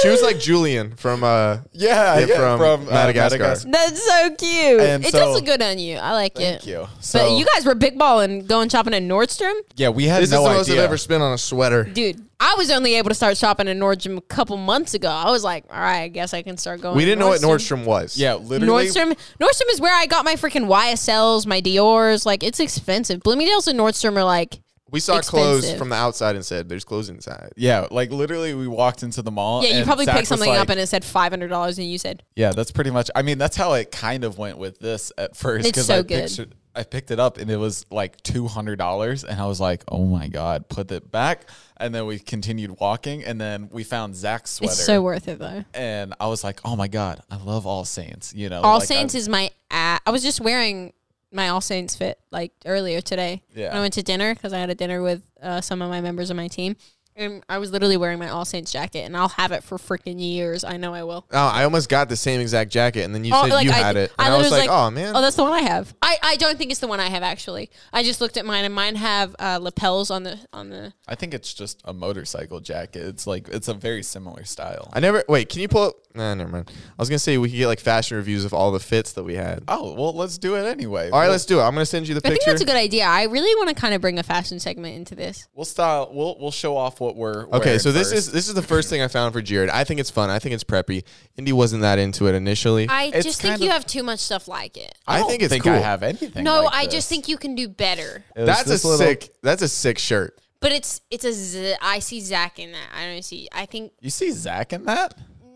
S2: she was like Julian from uh
S1: yeah,
S2: Yeah,
S1: yeah,
S2: from
S1: uh,
S2: Madagascar.
S3: That's so cute.
S1: And
S3: it
S1: so-
S3: does look good on you. I like it.
S1: Thank you. So
S3: but you guys were big balling going shopping at Nordstrom.
S1: yeah, we had
S2: This
S1: no
S2: is the
S1: idea.
S2: most I've ever spent on a sweater.
S3: Dude, I was only able to start shopping at Nordstrom a couple months ago. I was like, all right, I guess I can start going.
S2: We
S3: to
S2: didn't know what Nordstrom was.
S1: yeah, literally.
S3: Nordstrom Nordstrom is where I got my freaking YSLs, my Dior's. Like it's expensive. Bloomingdale's and Nordstrom are like,
S2: We saw clothes
S3: Expensive.
S2: from the outside and said, "There's clothes inside."
S1: Yeah, like literally, we walked into the mall.
S3: yeah, you
S1: and
S3: probably
S1: Zach
S3: picked
S1: was
S3: something
S1: like,
S3: up and it said five hundred dollars, and you said
S1: Yeah, that's pretty much. I mean, that's how it kind of went with this at first.
S3: It's
S1: 'cause
S3: so
S1: I
S3: good.
S1: Pictured, I picked it up and it was like two hundred dollars, and I was like, "Oh my god!" Put it back, and then we continued walking, and then we found Zach's sweater,
S3: it's so worth it though.
S1: and I was like, "Oh my god, I love All Saints." You know,
S3: All
S1: like,
S3: Saints
S1: I-
S3: is my. a I was just wearing my All Saints fit like earlier today.
S1: Yeah.
S3: When I went to dinner because I had a dinner with uh, some of my members of my team, and I was literally wearing my All Saints jacket, and I'll have it for freaking years. I know I will.
S2: Oh, I almost got the same exact jacket, and then you
S3: Oh,
S2: said you
S3: I,
S2: had it, and I,
S3: literally
S2: was like, "Oh man,
S3: oh, that's the one I have." I, I don't think it's the one I have actually. I just looked at mine, and mine have uh, lapels on the on the.
S1: I think it's just a motorcycle jacket. It's like it's a very similar style.
S2: I never." Wait, can you pull up? Nah, never mind. I was gonna say we could get like fashion reviews of all the fits that we had.
S1: oh well, let's do it anyway.
S2: All right,
S1: We'll-
S2: let's do it. I'm gonna send you the
S3: I think
S2: picture.
S3: that's a good idea. I really want to kind of bring a fashion segment into this.
S1: we'll style. We'll we'll show off what we're
S2: Okay,
S1: wearing
S2: so this
S1: first.
S2: is this is the first thing I found for Jared. I think it's fun. I think it's preppy. Indy wasn't that into it initially. I,
S3: I
S1: It's
S3: just think
S1: kind
S3: you
S1: of-
S3: have too much stuff like it.
S1: don't
S2: think it's
S1: think
S2: cool.
S1: I have anything.
S3: No,
S1: like
S3: I
S1: this.
S3: just think you can do better.
S1: It was
S2: that's a
S1: this little-
S2: sick. That's a sick shirt.
S3: But it's it's a z- I see Zach in that. I don't see. I think
S1: You see Zach in that?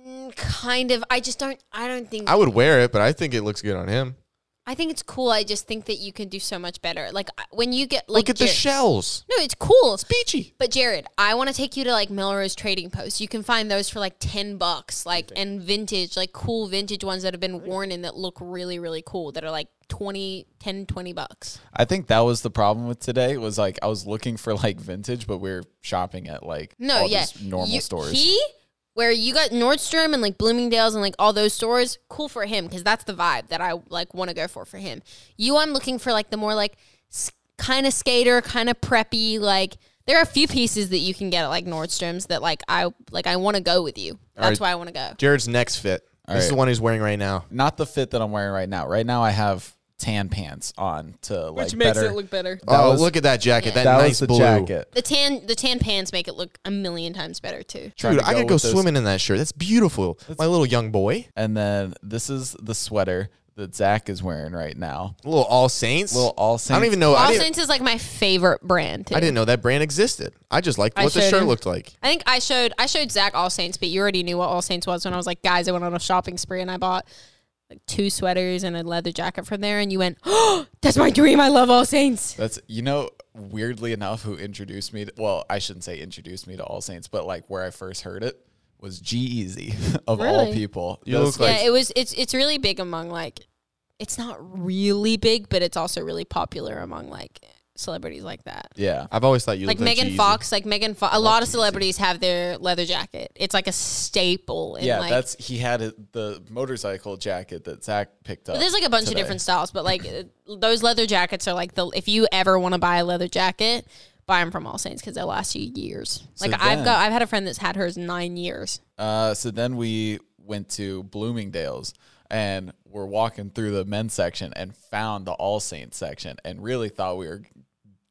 S3: mm, kind of. I just don't. I don't think.
S2: I
S3: I,
S2: would wear it, but I think it looks good on him.
S3: think it's cool. I just think that you can do so much better. Like I- when you get like
S2: Look at the
S3: Jared-
S2: shells.
S3: No, it's cool.
S2: Peachy.
S3: But Jared, I want to take you to like Melrose Trading Post. You can find those for like ten bucks, like and vintage, like cool vintage ones that have been worn and that look really really cool. That are like 20, 10, 20 bucks.
S1: I think that was the problem with today was like I was looking for like vintage, but we are shopping at like
S3: No,
S1: all
S3: yeah,
S1: these normal
S3: You-
S1: stores.
S3: He, where you got Nordstrom and like Bloomingdale's and like all those stores, cool for him because that's the vibe that I like want to go for for him. You, I'm looking for like the more like kind of skater, kind of preppy. Like there are a few pieces that you can get at like Nordstrom's that like I like I want to go with you. That's why I want to go.
S2: Jared's next fit. this is
S1: right.
S2: the one he's wearing right now.
S1: Not the fit that I'm wearing right now. Right now I have tan pants on to like better.
S3: better.
S1: That
S2: oh,
S1: was-
S2: look at that jacket. That,
S1: that
S2: nice
S1: was the
S2: blue.
S1: jacket.
S3: The tan the tan pants make it look a million times better too.
S1: Trying
S2: Dude,
S1: to
S2: I could go
S1: with this.
S2: swimming in that shirt. That's beautiful. My little young boy.
S1: And then this is the sweater that Zach is wearing right now.
S2: Little All Saints.
S1: Little All
S2: I don't
S1: Saints.
S2: even know. I
S3: All
S2: didn't,
S3: Saints is like my favorite brand. Too.
S2: I didn't know that brand existed. I just liked
S3: I
S2: what the
S3: showed
S2: shirt
S3: him.
S2: looked like.
S3: I think I showed I showed Zach All Saints, but you already knew what All Saints was when I was like, guys, I went on a shopping spree and I bought like two sweaters and a leather jacket from there, and you went, oh, that's my dream. I love All Saints.
S1: That's you know, weirdly enough, who introduced me to well, I shouldn't say introduced me to All Saints, but like where I first heard it was G Easy of all
S3: Really?
S1: people.
S2: You
S1: Those,
S2: look like-
S3: yeah, it was. It's it's really big among like, it's not really big, but it's also really popular among like celebrities like that.
S1: yeah.
S2: I've always thought you
S3: Like
S2: looked
S3: Megan
S2: Jeezy.
S3: Fox, like Megan Fox, a lot of celebrities have their leather jacket. It's like a staple. In
S1: Yeah,
S3: like,
S1: that's he had a, the motorcycle jacket that Zach picked up.
S3: But there's like a bunch of
S1: today.
S3: different styles, but like uh, those leather jackets are like the if you ever want to buy a leather jacket, buy them from All Saints because they'll last you years.
S1: So
S3: Like I've
S1: then-
S3: got I've had a friend that's had hers nine years.
S1: Uh, so then we went to Bloomingdale's and we're walking through the men's section and found the All Saints section and really thought we were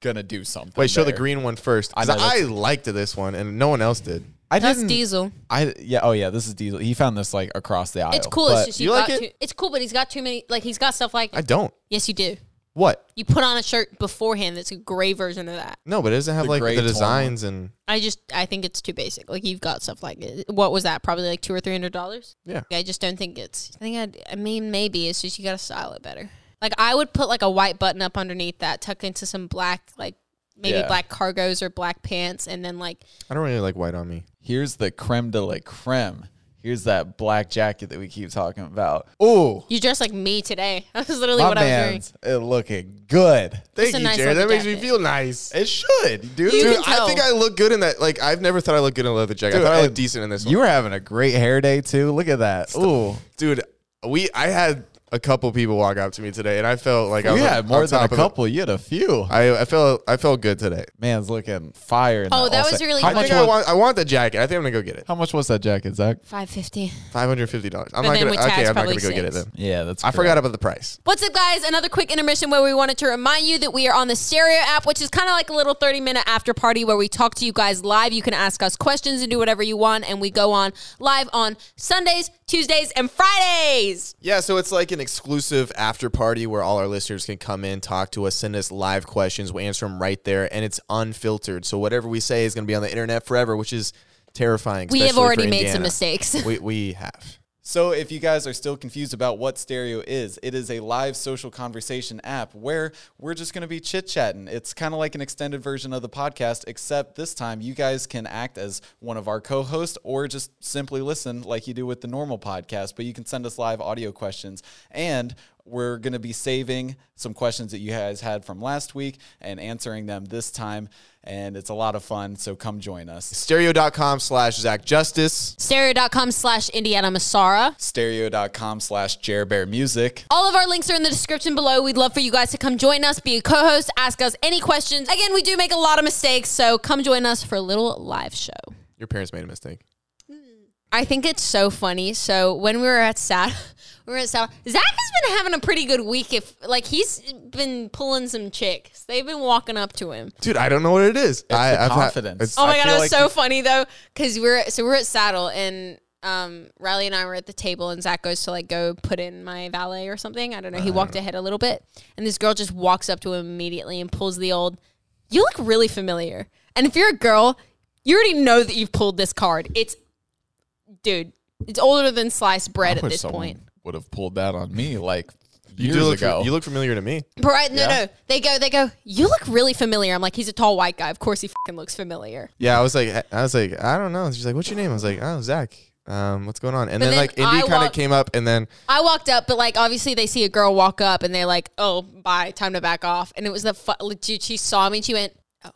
S1: gonna do something.
S2: Wait, show the
S1: there.
S2: green one first. 'cause
S1: I know,
S2: I,
S1: that's-
S2: liked this one, and no one else did.
S1: I
S3: That's
S1: didn't.
S3: Diesel.
S1: I yeah. Oh yeah, this is Diesel. He found this like across the aisle.
S3: It's cool.
S1: but-
S3: It's just
S2: you
S3: you
S2: like
S3: got
S2: it?
S3: too, it's cool, but he's got too many. Like he's got stuff like
S2: I don't.
S3: yes, you do.
S2: What?
S3: You put on a shirt beforehand that's a gray version of that.
S2: No, but it doesn't have
S1: The
S2: like
S1: gray
S2: the
S1: tone.
S2: designs and
S3: I just I think it's too basic. Like you've got stuff like what was that? Probably like two or three hundred dollars.
S2: yeah.
S3: I just don't think it's. I think I'd, I mean maybe it's just you gotta style it better. Like I would put like a white button up underneath that, tuck into some black like maybe
S1: Yeah.
S3: black cargos or black pants, and then like
S2: I don't really like white on me.
S1: here's the creme de la creme. Here's that black jacket that we keep talking about.
S2: Oh,
S3: you dress like me today. That was literally
S1: My
S3: what
S1: man's it looking good.
S2: thank
S3: a
S2: you,
S3: nice
S2: Jared. That
S3: leather
S2: makes me
S3: jacket.
S2: feel nice.
S1: It should, dude.
S3: You
S2: Dude,
S3: can
S2: I think I
S3: tell.
S2: look good in that. Like, I've never thought I looked good in a leather jacket. I
S1: Dude,
S2: thought I
S1: and
S2: looked decent in this one.
S1: You were having a great hair day too. Look at that. Ooh,
S2: dude, we I had a couple people walk up to me today, and I felt like I
S1: You
S2: was
S1: had
S2: on
S1: more than a
S2: top of it.
S1: couple. You had a few.
S2: I, I felt I felt good today.
S1: Man's looking fire. in
S3: Oh, that
S1: all
S3: was
S1: set.
S3: really
S1: How
S3: good.
S2: I
S1: much
S2: think I
S1: was,
S2: want I want the jacket. I think I'm gonna go get it.
S1: How much was that jacket, Zach?
S3: Five fifty.
S2: Five hundred fifty dollars. I'm
S3: But
S2: not
S3: then
S2: gonna.
S3: with
S2: Okay,
S3: tax,
S2: I'm not
S3: probably
S2: gonna go get it
S3: six.
S2: then.
S1: Yeah, that's.
S2: I forgot about the price.
S3: What's up, guys? Another quick intermission where we wanted to remind you that we are on the Stereo app, which is kind of like a little 30 minute after party where we talk to you guys live. You can ask us questions and do whatever you want. And we go on live on Sundays, Tuesdays, and Fridays.
S2: Yeah, so it's like an exclusive after party where all our listeners can come in, talk to us, send us live questions. We answer them right there, and it's unfiltered. So whatever we say is going to be on the internet forever, which is terrifying.
S3: we have
S2: especially for
S3: already made some
S2: Indiana.
S3: mistakes.
S2: We, we have.
S1: So, if you guys are still confused about what Stereo is, it is a live social conversation app where we're just going to be chit chatting. It's kind of like an extended version of the podcast, except this time you guys can act as one of our co hosts or just simply listen like you do with the normal podcast, but you can send us live audio questions. And we're going to be saving some questions that you guys had from last week and answering them this time. And it's a lot of fun. So, come join us.
S2: Stereo.com slash Zach Justice.
S3: Stereo.com slash Indiana Masara.
S1: Stereo.com slash Jerbear Music.
S3: All of our links are in the description below. We'd love for you guys to come join us, be a co host, ask us any questions. Again, we do make a lot of mistakes, so come join us for a little live show.
S2: Your parents made a mistake.
S3: I think it's so funny. So when we were at Sat, we were at Sat. Zach has been having a pretty good week. If like he's been pulling some chicks, they've been walking up to him.
S2: Dude, I don't know what it is. I,
S1: the
S2: I've had-
S1: confidence.
S2: it's-
S3: Oh my god, it
S1: feel
S3: was
S1: like-
S3: so funny though, because we're so we're at Saddle and um, Riley and I were at the table and Zach goes to like go put in my valet or something. I don't know. He walked ahead a little bit, and this girl just walks up to him immediately and pulls the old. You look really familiar, and if you're a girl, you already know that you've pulled this card. It's, dude, it's older than sliced bread at
S1: wish
S3: this
S1: someone
S3: point.
S1: Would have pulled that on me like
S2: you,
S1: years
S2: do look,
S1: ago.
S2: you look familiar to me.
S3: But right, no, no, they go, they go. You look really familiar. I'm like, he's a tall white guy. Of course, he fucking looks familiar.
S2: Yeah, I was like, I was like, I don't know. She's like, what's your name? I was like, oh, Zach. Um, what's going on? And then,
S3: then
S2: like,
S3: I
S2: Indy kind
S3: walk-
S2: of came up, and then
S3: I walked up, but like obviously they see a girl walk up and they're like, "Oh, bye, time to back off." And it was the fu- like, dude. She saw me and she went, "Oh,"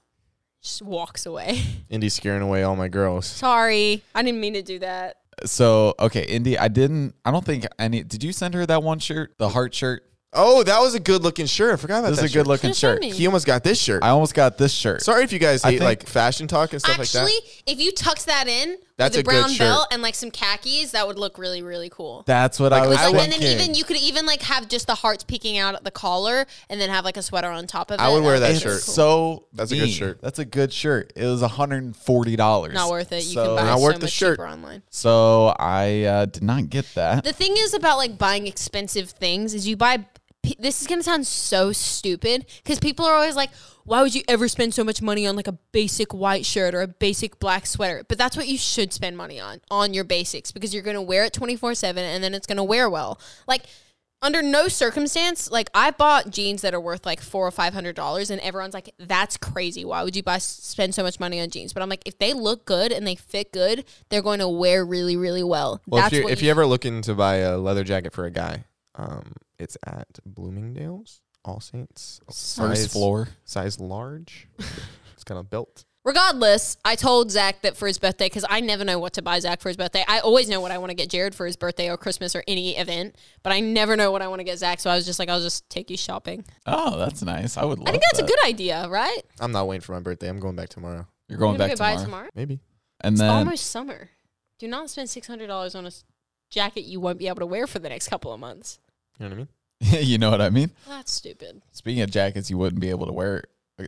S3: just walks away.
S2: Indy's scaring away all my girls.
S3: Sorry, I didn't mean to do that.
S1: so okay, Indy, I didn't. I don't think any. Did you send her that one shirt, the heart shirt?
S2: Oh, that was a good looking shirt. I forgot about
S1: This
S2: that.
S1: is a good looking
S3: Should've
S1: shirt.
S3: shown me.
S2: He almost got this shirt.
S1: I almost got this shirt.
S2: Sorry if you guys
S1: I
S2: hate
S1: think-
S2: like fashion talk and stuff
S3: Actually,
S2: like
S3: if you tucked that in
S2: That's
S3: with
S2: a
S3: a
S2: good
S3: brown
S2: shirt.
S3: belt and like some khakis, that would look really, really cool.
S1: That's what I was
S3: It's like, and
S1: thinking.
S3: then even you could even like have just the hearts peeking out at the collar, and then have like a sweater on top of it.
S2: I would wear that
S3: That'd be
S2: shirt.
S3: cool.
S1: so
S2: That's a good
S1: mean.
S2: shirt.
S1: That's a good shirt. It was hundred and forty dollars.
S3: Not worth it. You
S1: so,
S3: can buy
S2: Not
S3: it
S2: worth
S3: so
S2: the
S3: much
S2: shirt.
S3: cheaper online.
S1: So I uh, did not get that.
S3: The thing is about like buying expensive things is you buy. p- This is gonna sound so stupid because people are always like, "Why would you ever spend so much money on like a basic white shirt or a basic black sweater?" But that's what you should spend money on on your basics because you're gonna wear it twenty four seven and then it's gonna wear well. Like under no circumstance, like I bought jeans that are worth like four or five hundred dollars, and everyone's like, "That's crazy. Why would you buy spend so much money on jeans?" But I'm like, if they look good and they fit good, they're going to wear really, really well.
S2: that. Well, if
S3: that's
S2: you're,
S3: what
S2: if you're ever looking to buy a leather jacket for a guy, um, it's at Bloomingdale's, All Saints,
S1: First floor.
S2: size large. it's got a belt.
S3: Regardless, I told Zach that for his birthday, because I never know what to buy Zach for his birthday. I always know what I want to get Jared for his birthday or Christmas or any event, but I never know what I want to get Zach. So I was just like, I'll just take you shopping.
S1: Oh, that's nice. I would. Love
S3: I think that's a good idea, right?
S2: I'm not waiting for my birthday. I'm going back tomorrow.
S1: You're going
S3: We're
S1: back
S3: gonna go buy
S1: tomorrow.
S3: it
S2: Maybe.
S1: And
S3: It's
S1: then
S3: almost summer. Do not spend six hundred dollars on a s- jacket you won't be able to wear for the next couple of months.
S2: You know what I mean?
S1: you know what I mean.
S3: That's stupid.
S1: Speaking of jackets, you wouldn't be able to wear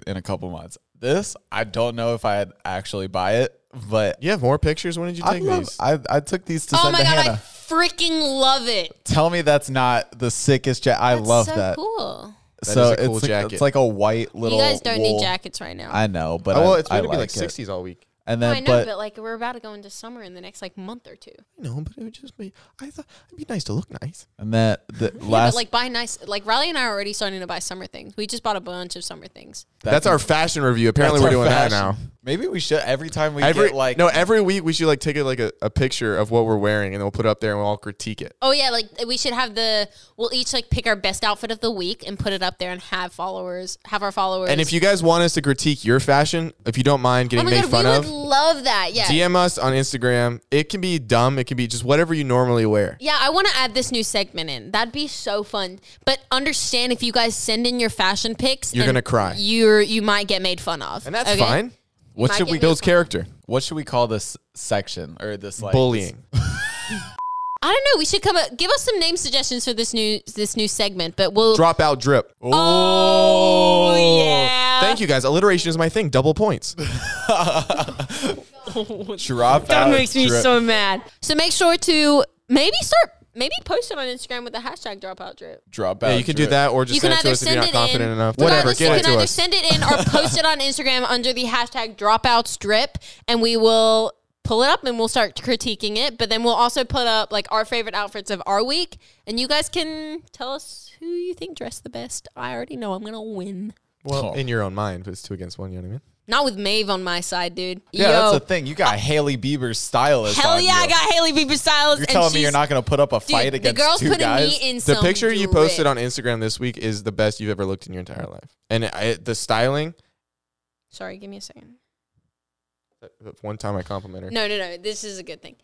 S1: in a couple months. This, I don't know if I'd actually buy it, but
S2: You have more pictures. When did you
S1: I,
S2: take
S1: love,
S2: these?
S1: I I took these to
S3: Oh
S1: send
S3: my
S1: to
S3: god, I
S1: Hannah.
S3: freaking love it.
S1: Tell me that's not the sickest jacket. I
S3: That's
S1: love
S3: so
S1: that.
S3: cool.
S2: That
S1: So
S2: is a cool
S1: it's like,
S2: jacket.
S1: it's like a white
S3: You
S1: little.
S3: guys don't
S1: wool-
S3: need jackets right now.
S1: I know, but
S2: oh, well,
S1: I,
S2: it's
S1: I
S2: going to
S1: like
S2: be like
S1: it.
S2: 60s all week.
S1: And
S3: No,
S1: then,
S3: Oh, I know,
S1: but,
S3: but like we're about to go into summer in the next like month or two.
S2: No, but it would just be. I thought it'd be nice to look nice.
S1: and that the
S3: Yeah,
S1: last
S3: but like buy nice. Like Riley and I are already starting to buy summer things. We just bought a bunch of summer things.
S2: That's, our fashion review. Apparently,
S1: that's
S2: we're
S1: our
S2: doing that
S1: fashion.
S2: now.
S1: Maybe we should every time we
S2: Every
S1: get like
S2: no, every week we should like take a, like a, a picture of what we're wearing, and then we'll put it up there and we'll all critique it.
S3: Oh yeah, like we should have the we'll each like pick our best outfit of the week and put it up there and have followers have our followers.
S2: And if you guys want us to critique your fashion, if you don't mind
S3: oh
S2: getting
S3: my
S2: made
S3: god,
S2: fun
S3: we
S2: of,
S3: would love that. Yeah,
S2: DM us on Instagram. It can be dumb. It can be just whatever you normally wear.
S3: yeah. I want to add this new segment in. That'd be so fun. But understand if you guys send in your fashion pics,
S2: You're
S3: then
S2: gonna cry.
S3: You're you might get made fun of,
S2: And that's
S3: okay?
S2: fine.
S1: what
S3: Might
S1: should
S3: get
S1: we
S3: made
S2: Builds
S3: fun of.
S2: character.
S1: what should we call this section or this like
S2: Bullying.
S3: I don't know. We should come up. Give us some name suggestions for this new this new segment. But we'll.
S2: Dropout drip.
S3: oh yeah.
S2: Thank you guys. Alliteration is my thing. Double points.
S1: drop
S3: That makes me so mad. So make sure to maybe start maybe post it on Instagram with the hashtag dropout drip.
S1: drop out
S2: yeah, you can do
S1: drip.
S2: that or just
S3: you can
S2: send it to
S3: either
S2: us if you're
S3: send
S2: not
S3: it
S2: confident
S3: in,
S2: enough. Whatever.
S3: regardless, you
S2: Get it
S3: can
S2: to
S3: either
S2: us.
S3: send it in or post it on Instagram under the hashtag dropouts drip, and we will pull it up and we'll start critiquing it. But then we'll also put up like our favorite outfits of our week, and you guys can tell us who you think dressed the best. I already know I'm gonna win.
S1: Oh.
S2: well, in your own mind, but it's two against one. You know what I mean?
S3: Not with Maeve on my side, dude.
S1: Yeah,
S3: Yo.
S1: that's the thing. You got Haley Bieber's stylist.
S3: Hell
S1: on
S3: yeah,
S1: you.
S3: I got Haley Bieber Styles.
S1: You're
S3: and
S1: telling me
S3: she's-
S1: you're not going to put up a
S3: Dude,
S1: fight against
S3: the girl's
S1: two
S3: putting
S1: guys?
S3: me in
S2: The
S3: some
S2: picture you
S3: drip.
S2: posted on Instagram this week is the best you've ever looked in your entire life. And I, the styling,
S3: Sorry, give me a second.
S2: that- that one time I complimented her.
S3: No, no, no. This is a good thing.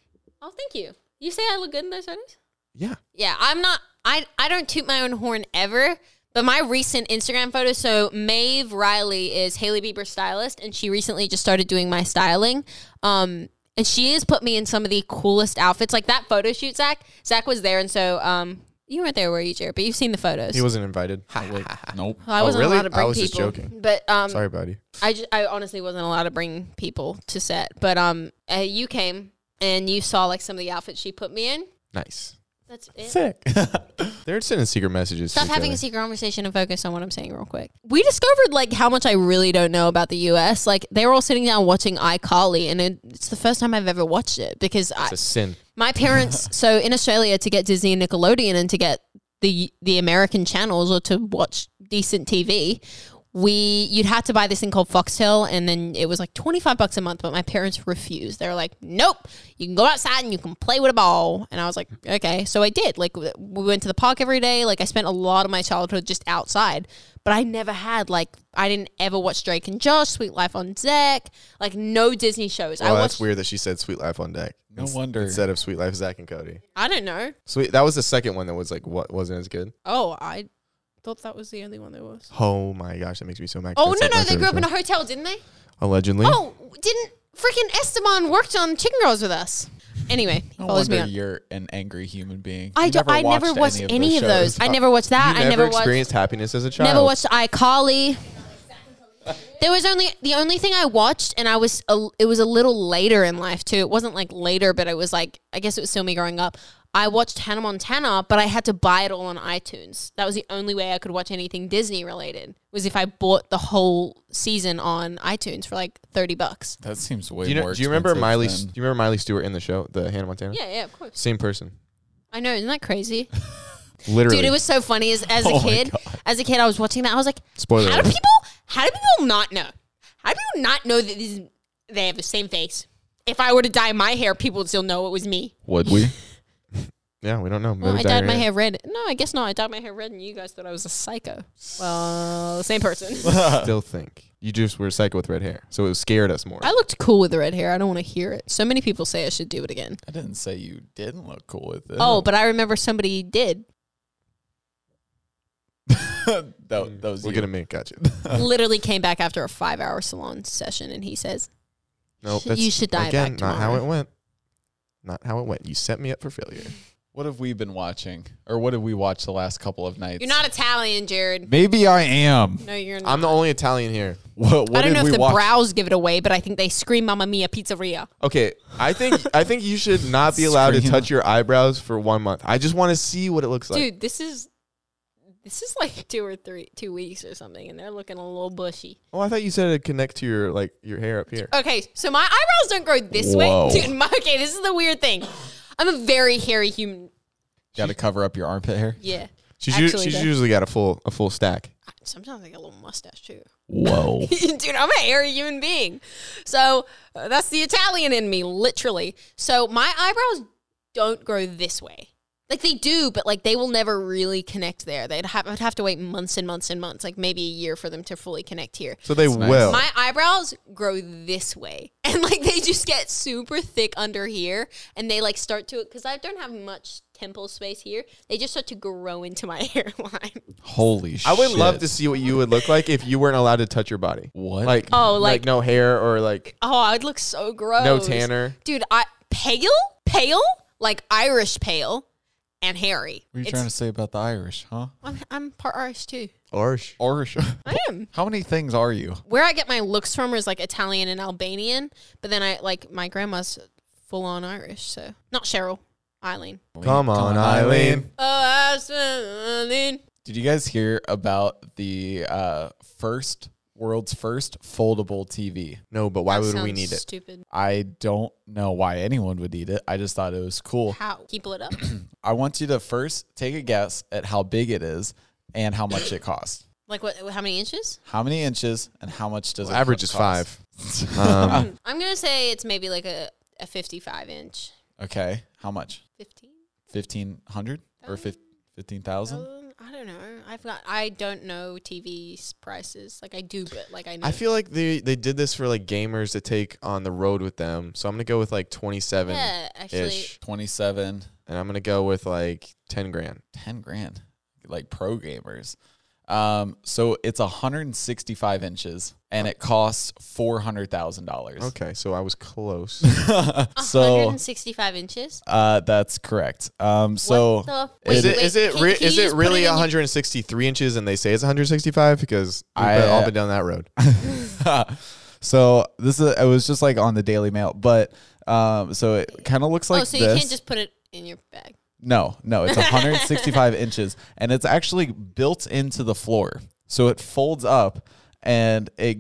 S3: Oh, thank you. You say I look good in those photos?
S2: Yeah.
S3: Yeah, I'm not. I I don't toot my own horn ever. But my recent Instagram photos. So Maeve Riley is Haley Bieber's stylist, and she recently just started doing my styling. Um, and she has put me in some of the coolest outfits, like that photo shoot. Zach, Zach was there, and so um, you weren't there, were you, Jared? But you've seen the photos.
S2: He wasn't invited.
S1: Nope.
S3: Well, I
S2: Oh,
S3: wasn't
S2: really?
S3: allowed to
S2: I
S3: bring
S2: was just
S3: people.
S2: joking.
S3: But um,
S2: Sorry, buddy.
S3: I, ju- I honestly wasn't allowed to bring people to set, but um, uh, you came and you saw like some of the outfits she put me in.
S2: Nice.
S3: That's it.
S2: Sick. They're sending secret messages. to
S3: Stop
S2: each
S3: having
S2: other.
S3: a secret conversation and focus on what I'm saying real quick. We discovered like how much I really don't know about the U.S. Like they were all sitting down watching iCarly, and it, it's the first time I've ever watched it because I,
S2: It's a sin.
S3: my parents. so in Australia, to get Disney and Nickelodeon and to get the the American channels or to watch decent TV, we you'd had to buy this thing called Foxtel, and then it was like twenty five bucks a month. But my parents refused. They were like, "Nope, you can go outside and you can play with a ball." And I was like, "Okay." So I did. Like w- we went to the park every day. Like I spent a lot of my childhood just outside. But I never had like I didn't ever watch Drake and Josh, Sweet Life on Deck, like no Disney shows. I
S2: Oh,
S3: watched.
S2: that's weird that she said "Sweet Life on Deck"
S1: No wonder.
S2: instead of "Sweet Life Zach and Cody."
S3: I don't know.
S2: Sweet. That was the second one that was like what wasn't as good.
S3: Oh, I thought that was the only one there was.
S2: Oh my gosh, that makes me so mad. 'cause
S3: Oh no
S2: that's,
S3: no,
S2: like, my
S3: they grew up in a
S2: favorite
S3: hotel, didn't they?
S2: show. allegedly.
S3: Oh, didn't freaking Esteban worked on Chicken Girls with us? Anyway, he
S1: No
S3: follows me
S1: wonder
S3: on.
S1: you're an angry human being.
S3: I
S1: You
S3: do, I never
S1: watched
S3: watched any of
S1: shows.
S3: those. I never watched that.
S2: you
S3: I
S2: never,
S3: never watched.
S2: experienced happiness as a child.
S3: Never watched iCarly. There was only the only thing I watched, and I was a, it was a little later in life too. It wasn't like later, but it was like I guess it was still me growing up. I watched Hannah Montana, but I had to buy it all on iTunes. That was the only way I could watch anything Disney related was if I bought the whole season on iTunes for like thirty bucks.
S1: That seems way
S2: Do you, know,
S1: more.
S2: do you remember
S1: expensive
S2: Miley?
S1: than-
S2: Do you remember Miley Stewart in the show, the Hannah Montana?
S3: Yeah, yeah, of course.
S2: Same person.
S3: I know, isn't that crazy?
S2: Literally.
S3: Dude, it was so funny. As, as
S1: Oh
S3: a
S1: my
S3: kid, as a kid, I was watching that. I was like,
S2: Spoiler
S3: How do
S2: alert.
S3: people? How do people not know? How do people not know that these, they have the same face? If I were to dye my hair, people would still know it was me.
S1: Would we?
S2: yeah, we don't know.
S3: Well,
S2: Maybe
S3: I
S2: dye
S3: dyed
S2: your
S3: my hair red. No, I guess not. I dyed my hair red, and you guys thought I was a psycho. Well, same person.
S2: Still think you just were psycho with red hair, so it scared us more.
S3: I looked cool with the red hair. I don't want to hear it. So many people say I should do it again.
S1: I didn't say you didn't look cool with it.
S3: Oh, but I remember somebody did.
S1: that, Oh,
S3: Mm,
S1: that was
S2: Look
S1: you.
S2: at me. Gotcha.
S3: Literally came back after a five-hour salon session, and he says,
S2: Nope.
S3: You should dye it
S2: again,
S3: back
S2: not how it
S3: tomorrow.
S2: went. Not how it went. You set me up for failure.
S1: What have we been watching, or what have we watched the last couple of nights?
S3: "You're not Italian, Jared."
S1: Maybe I am.
S3: No, you're not.
S2: I'm the only Italian here.
S1: What, what
S3: I don't
S1: did
S3: know
S1: we
S3: if the
S1: watch?
S3: brows give it away, but I think they scream "Mamma Mia Pizzeria."
S2: Okay, I think I think you should not be allowed to
S1: Scream.
S2: touch your eyebrows for one month. I just want to see what it looks like.
S3: Dude, this is this is like two or three two weeks or something, and they're looking a little bushy.
S2: Oh, I thought you said it connect to your like your hair up here.
S3: Okay, so my eyebrows don't grow this
S1: Whoa.
S3: way, dude. My, okay, this is the weird thing. I'm a very hairy human.
S1: Got to cover up your armpit hair.
S3: Yeah,
S2: She's u-
S3: actually
S2: she's
S3: though.
S2: usually got a full a full stack.
S3: Sometimes I get a little mustache too.
S1: Whoa.
S3: Dude, I'm a hairy human being. So uh, that's the Italian in me, literally. So my eyebrows don't grow this way. Like they do, but like they will never really connect there. They'd have, I'd have to wait months and months and months, like maybe a year for them to fully connect here.
S2: So they
S1: nice.
S2: will.
S3: My eyebrows grow this way, and like they just get super thick under here, and they like start to because I don't have much temple space here. They just start to grow into my hairline.
S1: Holy shit.
S2: I would love to see what you would look like if you weren't allowed to touch your body.
S1: What?
S2: Like
S3: Oh,
S2: like,
S3: like-
S2: no hair or like
S3: Oh, I'd look so gross.
S2: no tanner.
S3: dude. I pale, pale, like Irish pale, and hairy.
S1: What are you
S3: It's-
S1: trying to say about the Irish, huh?
S3: I'm, I'm part Irish too.
S2: Arsh.
S1: Irish.
S3: I am.
S1: How many things are you?
S3: Where I get my looks from is like Italian and Albanian, but then I like my grandma's full on Irish, so not Cheryl, Eileen.
S2: Come on, Eileen.
S3: Oh, Eileen.
S1: Did you guys hear about the uh, first world's first foldable TV?
S2: No, but why
S3: That
S2: would we
S3: sounds
S2: need it?
S3: Stupid.
S1: I don't know why anyone would need it. I just thought it was cool.
S3: How? Keep it up.
S1: I want you to first take a guess at how big it is and how much it costs.
S3: like what? How many inches?
S1: How many inches and how much does it
S2: Average is
S1: cost?
S2: five. Um,
S3: Hmm. I'm gonna say it's maybe like a, a 55 inch.
S1: Okay, how much?
S3: 15.
S1: Fifteen hundred or fif- fifteen thousand?
S2: Mm.
S3: Um, I don't know. I've got. I don't know TV prices. Like I do, but like I know.
S2: I feel like they they did this for like gamers to take on the road with them. So I'm gonna go with like 27
S3: Yeah, actually.
S2: ish,
S1: Twenty-seven,
S2: and I'm gonna go with like 10 grand.
S1: ten grand, like pro gamers. Um, so it's hundred and sixty-five inches, and it costs four hundred thousand dollars.
S2: Okay, so I was close.
S1: So
S3: 165 inches.
S1: uh, that's correct. Um, so
S3: what the
S2: is
S3: wait,
S2: it
S3: wait,
S2: is it
S3: can-
S2: re-
S3: can you
S2: is it
S3: just put
S2: really
S3: in-
S2: 163 inches and they say it's 165 because we've
S1: I-
S2: been- all been down that road.
S1: so this is it was just like on the Daily Mail, but um, so it kind of looks like
S3: oh, so
S1: this.
S3: you can't just put it in your bag.
S1: No, no, it's 165 inches, and it's actually built into the floor, so it folds up and it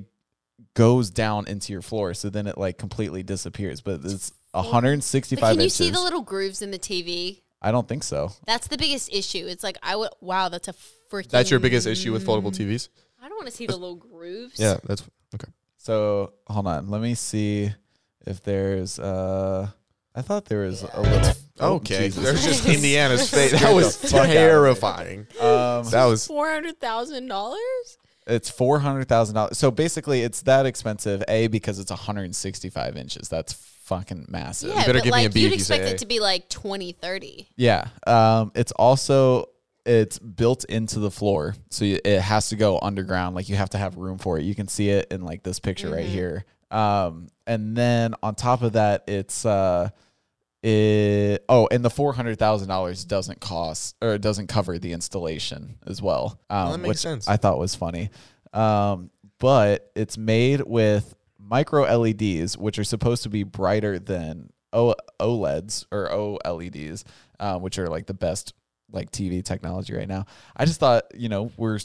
S1: goes down into your floor. So then it like completely disappears, but it's 165
S3: But can you
S1: inches.
S3: see the little grooves in the TV?
S1: I don't think so.
S3: That's the biggest issue. It's like I would. Wow, that's a freaking.
S2: That's your biggest issue with foldable
S3: Mm.
S2: TVs?
S3: I don't want to see the little grooves.
S2: Yeah, that's okay.
S1: So hold on, let me see if there's. uh I thought there was a little. oh,
S2: Okay,
S1: Jesus.
S2: there's just Indiana's face. That was terrifying.
S1: Um,
S2: That was
S3: Four hundred thousand dollars.
S1: It's four hundred thousand dollars. So basically, it's that expensive. A because it's one hundred and sixty-five inches. That's fucking massive.
S3: Yeah,
S2: better
S3: but
S2: give me a
S3: like
S2: B
S3: you'd
S2: if you say
S3: expect
S2: A.
S3: it to be like 20, 30.
S1: Yeah. Um, it's also it's built into the floor, so you, it has to go underground. Like you have to have room for it. You can see it in like this picture right here. Um, and then on top of that, it's uh, it oh, and the four hundred thousand dollars doesn't cost or it doesn't cover the installation as well. Um,
S2: that makes
S1: which
S2: sense.
S1: I thought was funny. Um, but it's made with micro LEDs, which are supposed to be brighter than o- OLEDs or OLEDs, um, which are like the best like TV technology right now. I just thought, you know, we're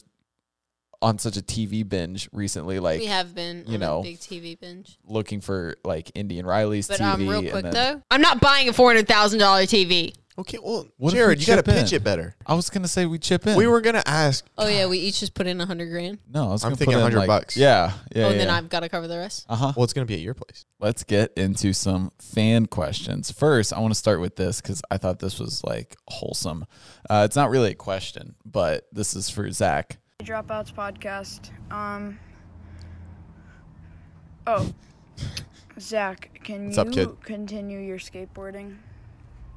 S1: on such a TV binge recently, like
S3: we have been
S1: you
S3: on
S1: know,
S3: a big TV binge.
S1: looking for like Indian Riley's
S3: But
S1: TV.
S3: um, real
S1: and
S3: quick
S1: then-
S3: though, I'm not buying a four hundred thousand dollar TV.
S2: okay. Well,
S1: What if we
S2: Jared, you got to
S1: chip in?
S2: pitch it better.
S1: I was gonna say we chip in.
S2: We were gonna ask.
S3: Oh yeah, we each just put in a hundred grand.
S1: no, I was
S2: I'm
S1: gonna
S2: thinking
S1: put in,
S2: 100
S1: like-
S2: bucks.
S1: Yeah, yeah.
S3: oh,
S1: yeah,
S3: and then
S1: yeah.
S3: I've got to cover the rest.
S1: uh-huh.
S2: Well, it's gonna be at your place.
S1: Let's get into some fan questions. First, I want to start with this because I thought this was like wholesome. Uh, it's not really a question, but this is for Zach.
S5: Dropouts podcast. Um. Oh, Zach, can
S2: What's
S5: you
S2: up, kid?
S5: continue your skateboarding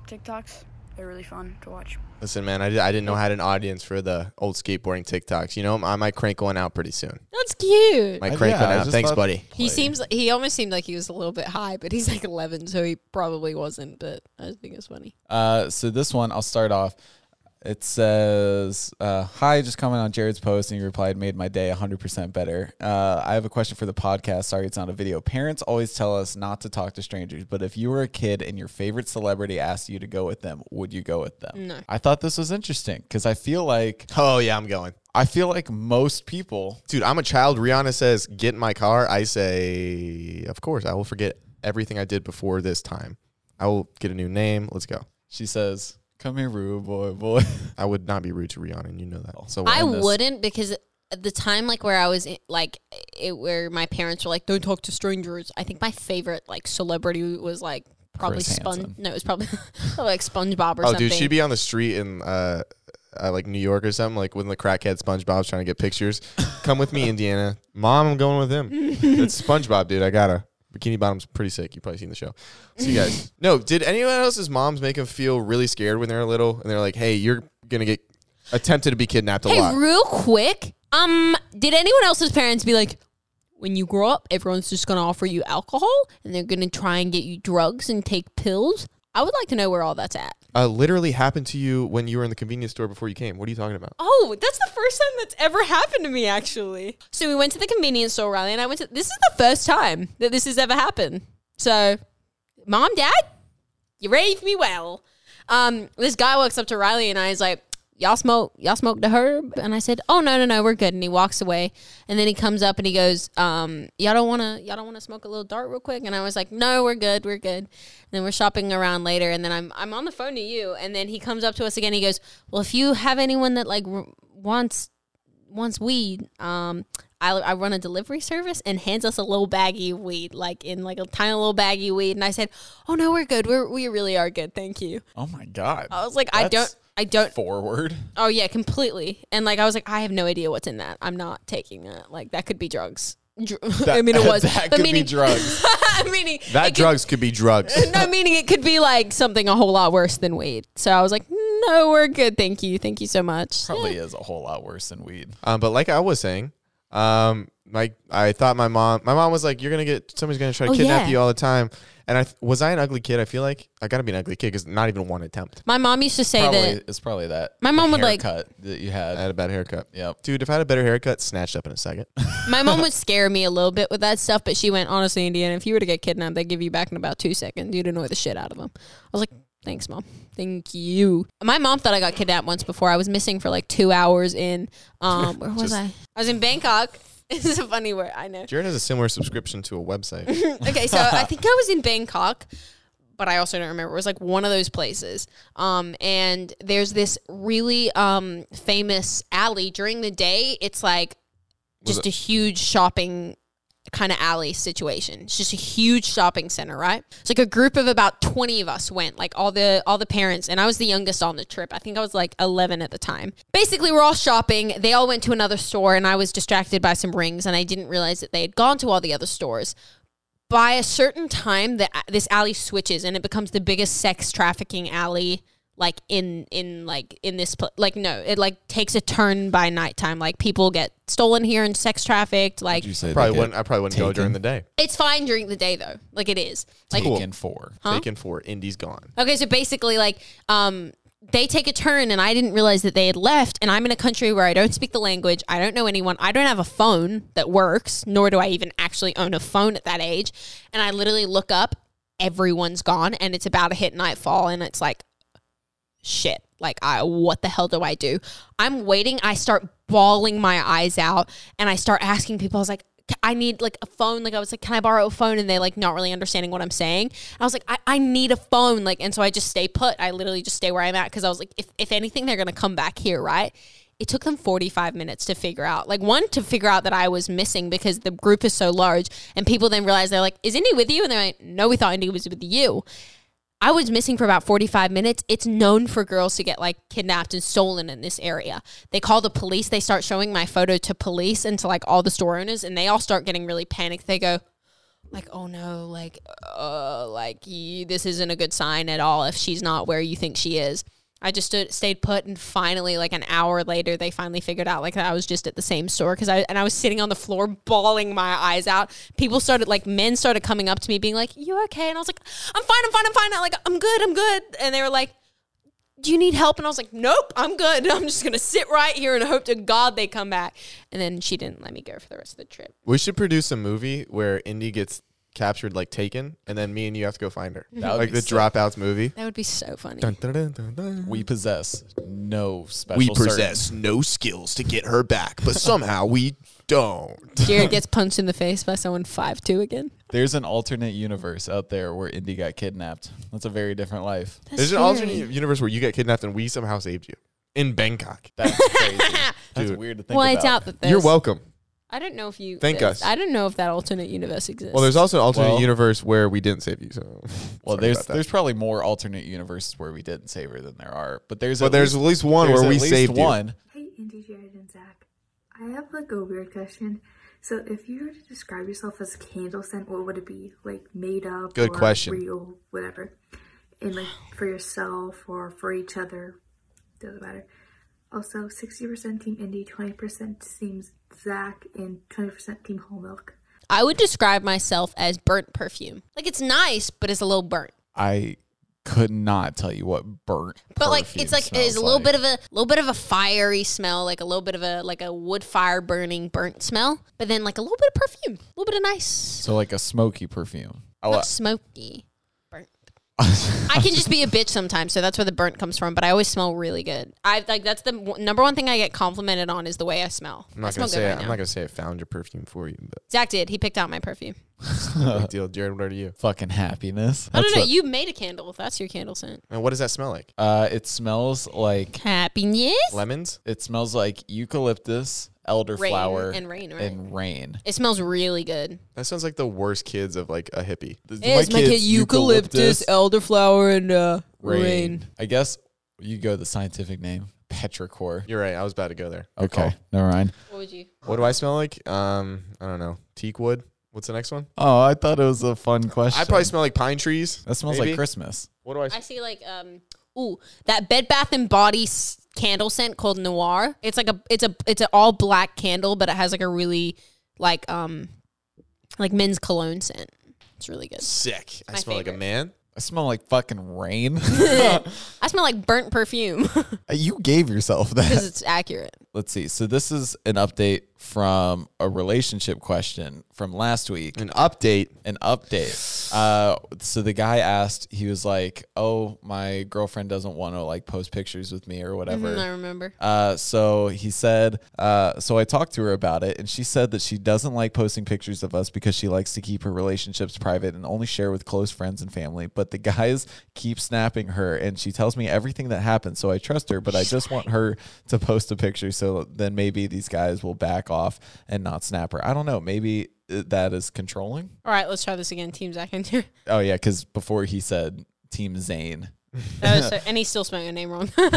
S5: TikToks? They're really fun to watch.
S2: Listen, man, I, di- I didn't know I had an audience for the old skateboarding TikToks. You know, I might crank one out pretty soon.
S3: That's cute.
S2: Might
S1: Uh,
S2: crank
S1: yeah,
S2: one
S1: I
S2: out.
S1: just
S2: Thanks,
S1: thought-
S2: buddy.
S3: he seems he almost seemed like he was a little bit high, but he's like eleven, so he probably wasn't. But I think it's funny.
S1: Uh, so this one, I'll start off. It says, uh, "Hi, just comment on Jared's post, and you replied, made my day 100% better. Uh, I have a question for the podcast. Sorry, it's not a video. Parents always tell us not to talk to strangers, but if you were a kid and your favorite celebrity asked you to go with them, would you go with them?
S3: No.
S1: I thought this was interesting because I feel like
S2: Oh yeah, I'm going,
S1: I feel like most people
S2: dude. I'm a child. Rihanna says, "Get in my car." I say, "Of course, I will forget everything I did before this time. I will get a new name. Let's go."
S1: She says, "Come here, rude boy, boy."
S2: I would not be rude to Rihanna, and you know that. So
S3: I
S1: in this-
S3: wouldn't because at the time like where I was in, like it where my parents were like don't talk to strangers. I think my favorite like celebrity was like probably
S1: Chris
S3: Sponge.
S1: Hansen.
S3: No, it was probably like SpongeBob or
S2: Oh,
S3: something.
S2: dude, she'd be on the street in uh, uh, like New York or something, like when the crackhead SpongeBob's trying to get pictures. Come with me, Indiana. Mom, I'm going with him. it's SpongeBob, dude. I gotta. Bikini Bottom's pretty sick. You've probably seen the show. So you guys. No, did anyone else's moms make them feel really scared when they're little? And they're like, hey, you're gonna get attempted to be kidnapped a
S3: hey,
S2: lot.
S3: real quick, um, did anyone else's parents be like? When you grow up, everyone's just gonna offer you alcohol, and they're gonna try and get you drugs and take pills. I would like to know where all that's at.
S2: uh, literally happened to you when you were in the convenience store before you came. What are you talking about?
S3: Oh, that's the first time that's ever happened to me, actually. So we went to the convenience store, Riley, and I went to. This is the first time that this has ever happened. So, mom, dad, you raised me well. Um, this guy walks up to Riley and I is like, "Y'all smoke, y'all smoke the herb?" And I said, "Oh no, no, no, we're good." And he walks away, and then he comes up and he goes, um, "Y'all don't wanna, y'all don't wanna smoke a little dart real quick?" And I was like, "No, we're good, we're good." And then we're shopping around later, and then I'm I'm on the phone to you, and then he comes up to us again. He goes, "Well, if you have anyone that like r- wants wants weed, um." I, I run a delivery service and hands us a little baggie of weed, like in like a tiny little baggie of weed. And I said, "Oh no, we're good. We're, we really are good. Thank you."
S1: Oh my god.
S3: I was like, I
S1: That's
S3: don't, I don't.
S1: forward.
S3: Oh yeah, completely. And like, I was like, I have no idea what's in that. I'm not taking that. Like, that could be drugs. Dr- I mean, it was.
S1: that
S3: but
S1: could
S3: meaning,
S1: be drugs.
S3: meaning it
S2: That
S3: could-
S2: drugs could be drugs.
S3: no, meaning it could be like something a whole lot worse than weed. So I was like, "Mm, no, we're good. Thank you. Thank you so much.
S1: Probably is a whole lot worse than weed.
S2: Um, but like I was saying, um, my I thought my mom, my mom was like, "You're gonna get somebody's gonna try to
S3: Oh,
S2: kidnap
S3: yeah.
S2: you all the time." And I th- was I an ugly kid? I feel like I gotta be an ugly kid because not even one attempt.
S3: My mom used to say
S1: Probably
S3: that.
S1: it's probably that.
S3: My mom
S1: the
S3: would, like-
S1: haircut that you
S2: I had
S1: had.
S2: a bad haircut.
S1: Yep.
S2: Dude, if I had a better haircut, snatched up in a second.
S3: My mom would scare me a little bit with that stuff, but she went, honestly, Indiana, if you were to get kidnapped, they'd give you back in about two seconds. You'd annoy the shit out of them. I was like, thanks, mom. Thank you. My mom thought I got kidnapped once before. I was missing for like two hours in, um, where was
S2: Just-
S3: I? I was in Bangkok. This is a funny word. I know.
S2: Jared has a similar subscription to a website.
S3: okay, so I think I was in Bangkok, but I also don't remember. It was like one of those places. Um, and there's this really um, famous alley during the day. It's like just a huge shopping kind of alley situation. It's just a huge shopping center, right? It's like a group of about 20 of us went, like all the all the parents and I was the youngest on the trip. I think I was like 11 at the time. Basically, we're all shopping. They all went to another store and I was distracted by some rings and I didn't realize that they had gone to all the other stores by a certain time that this alley switches and it becomes the biggest sex trafficking alley like in in like in this pl- like no it like takes a turn by nighttime like people get stolen here and sex trafficked like
S1: you say they
S2: probably
S1: get
S2: wouldn't. I probably wouldn't go
S1: taken?
S2: during the day.
S3: it's fine during the day though like it is like
S1: taken for.
S2: Taken for Indy's gone.
S3: Okay, so basically, like, um, they take a turn, and I didn't realize that they had left. And I'm in a country where I don't speak the language, I don't know anyone, I don't have a phone that works, nor do I even actually own a phone at that age. And I literally look up, everyone's gone, and it's about to hit nightfall, and it's like, shit. Like, I what the hell do I do? I'm waiting. I start bawling my eyes out, and I start asking people. I was like. "C- I need like a phone. Like I was like, can I borrow a phone? And they like not really understanding what I'm saying. And I was like, I, I need a phone. Like, and so I just stay put. I literally just stay where I'm at because I was like, if if anything, they're gonna come back here, right? It took them 45 minutes to figure out. Like one to figure out that I was missing because the group is so large, and people then realize they're like, is Indy with you? And they're like, no, we thought Indy was with you. I was missing for about 45 minutes. It's known for girls to get like kidnapped and stolen in this area. They call the police. They start showing my photo to police and to like all the store owners, and they all start getting really panicked. They go, like, oh no, like, uh, like y this isn't a good sign at all if she's not where you think she is. I just stood, stayed put, and finally, like an hour later, they finally figured out like that I was just at the same store because I and I was sitting on the floor bawling my eyes out. People started like men started coming up to me being like, "You okay?" And I was like, "I'm fine, I'm fine, I'm fine." I'm like, "I'm good, I'm good," and they were like, do you need help? And I was like, nope, I'm good. I'm just going to sit right here and hope to God they come back. And then she didn't let me go for the rest of the trip.
S2: We should produce a movie where Indy gets captured, like taken, and then me and you have to go find her.
S1: would
S2: Like
S1: be
S2: the
S1: sick.
S2: dropouts movie.
S3: That would be so funny.
S2: Dun, dun, dun, dun, dun.
S1: We possess no special.
S2: we
S1: certain-
S2: possess no skills to get her back, but somehow we don't.
S3: Jared gets punched in the face by someone 5'2 again.
S1: There's an alternate universe out there where Indy got kidnapped. That's a very different life.
S3: That's
S2: There's an alternate universe where you get kidnapped and we somehow saved you. in Bangkok.
S1: That's crazy. That's
S2: Dude.
S1: weird to think
S3: Well, I
S1: about.
S3: doubt that. There's,
S2: You're welcome.
S3: I don't know if you
S2: Thank
S3: there's-
S2: us.
S3: I don't know if that alternate universe exists.
S2: Well, there's also an alternate
S1: Well-
S2: universe where we didn't save you. So,
S1: Well,
S2: sorry
S1: there's
S2: about that.
S1: there's probably more alternate universes where we didn't save her than there are, but there's
S2: But there's at least one
S1: there's
S2: where
S1: at
S2: we
S1: least
S2: saved you.
S1: one.
S6: Hey, Andy, Jared, and Zach. I have like a weird question. So, if you were to describe yourself as candle scent, what would it be? Like made up?
S2: Good
S6: or
S2: question.
S6: Real, whatever. And like for yourself or for each other, doesn't matter. Also, sixty percent team Indy, twenty percent seems Zach, and twenty percent team whole milk.
S3: I would describe myself as burnt perfume. Like it's nice, but it's a little burnt.
S1: I could not tell you what burnt.
S3: But like it's like it's a little bit of a little bit of a fiery smell, like a little bit of a like a wood fire burning burnt smell. But then like a little bit of perfume, a little bit of nice,
S1: so like a smoky perfume.
S2: Oh,
S3: not
S2: uh,
S3: smoky, burnt. I can just be a bitch sometimes, so that's where the burnt comes from. But I always smell really good. I like that's the w- number one thing I get complimented on is the way I smell.
S2: I'm
S3: I
S2: not
S3: smell
S2: gonna
S3: good
S2: say
S3: right
S2: I,
S3: now.
S2: am not gonna say I found your perfume for you, but
S3: Zach did. He picked out my perfume.
S2: no big deal. Jared, what are you?
S1: fucking happiness.
S3: I don't
S1: That's
S3: know.
S1: what-
S3: You made a candle. If that's your candle scent.
S2: And what does that smell like?
S1: uh, it smells like
S3: Happiness.
S2: Lemons?
S1: it smells like eucalyptus, elderflower,
S3: and rain, right?
S1: and rain.
S3: It smells really good.
S2: That sounds like the worst kids of like a hippie.
S1: It's
S3: elderflower, and uh,
S1: I guess you go the scientific name, petrichor.
S2: You're right. I was about to go there. Good
S1: Okay,
S2: call.
S1: never mind.
S3: What would you?
S2: What do I smell like? Um, I don't know. Teak wood. What's the next one?
S1: Oh, I thought it was a fun question.
S2: I probably smell like pine trees.
S1: that smells
S2: maybe.
S1: like Christmas.
S2: What do I?
S3: I
S2: smell?
S3: see like um ooh that Bed Bath and Body s- candle scent called Noir. It's like a it's a it's an all black candle, but it has like a really like um like men's cologne scent. It's really good.
S2: Sick. I
S3: My
S2: smell like a
S3: favorite.
S2: man.
S1: I smell like fucking rain.
S3: I smell like burnt perfume
S1: you gave yourself
S3: because
S1: that.
S3: it's accurate.
S1: Let's see. So this is an update from a relationship question from last week.
S2: An update.
S1: An update. Uh, so the guy asked. He was like, "Oh, my girlfriend doesn't want to like post pictures with me or whatever."
S3: Mhm, I remember.
S1: Uh, so he said, uh, so I talked to her about it, and she said that she doesn't like posting pictures of us because she likes to keep her relationships private and only share with close friends and family. But the guys keep snapping her, and she tells me everything that happened. So I trust her, but I just want her to post a picture so then maybe these guys will back off and not snap her. I don't know. Maybe uh, that is controlling.
S3: All right, let's try this again. Team Zach and here.
S1: Oh, yeah, because before he said Team Zane.
S3: That was so, and he's still spelling your name wrong.
S2: You'll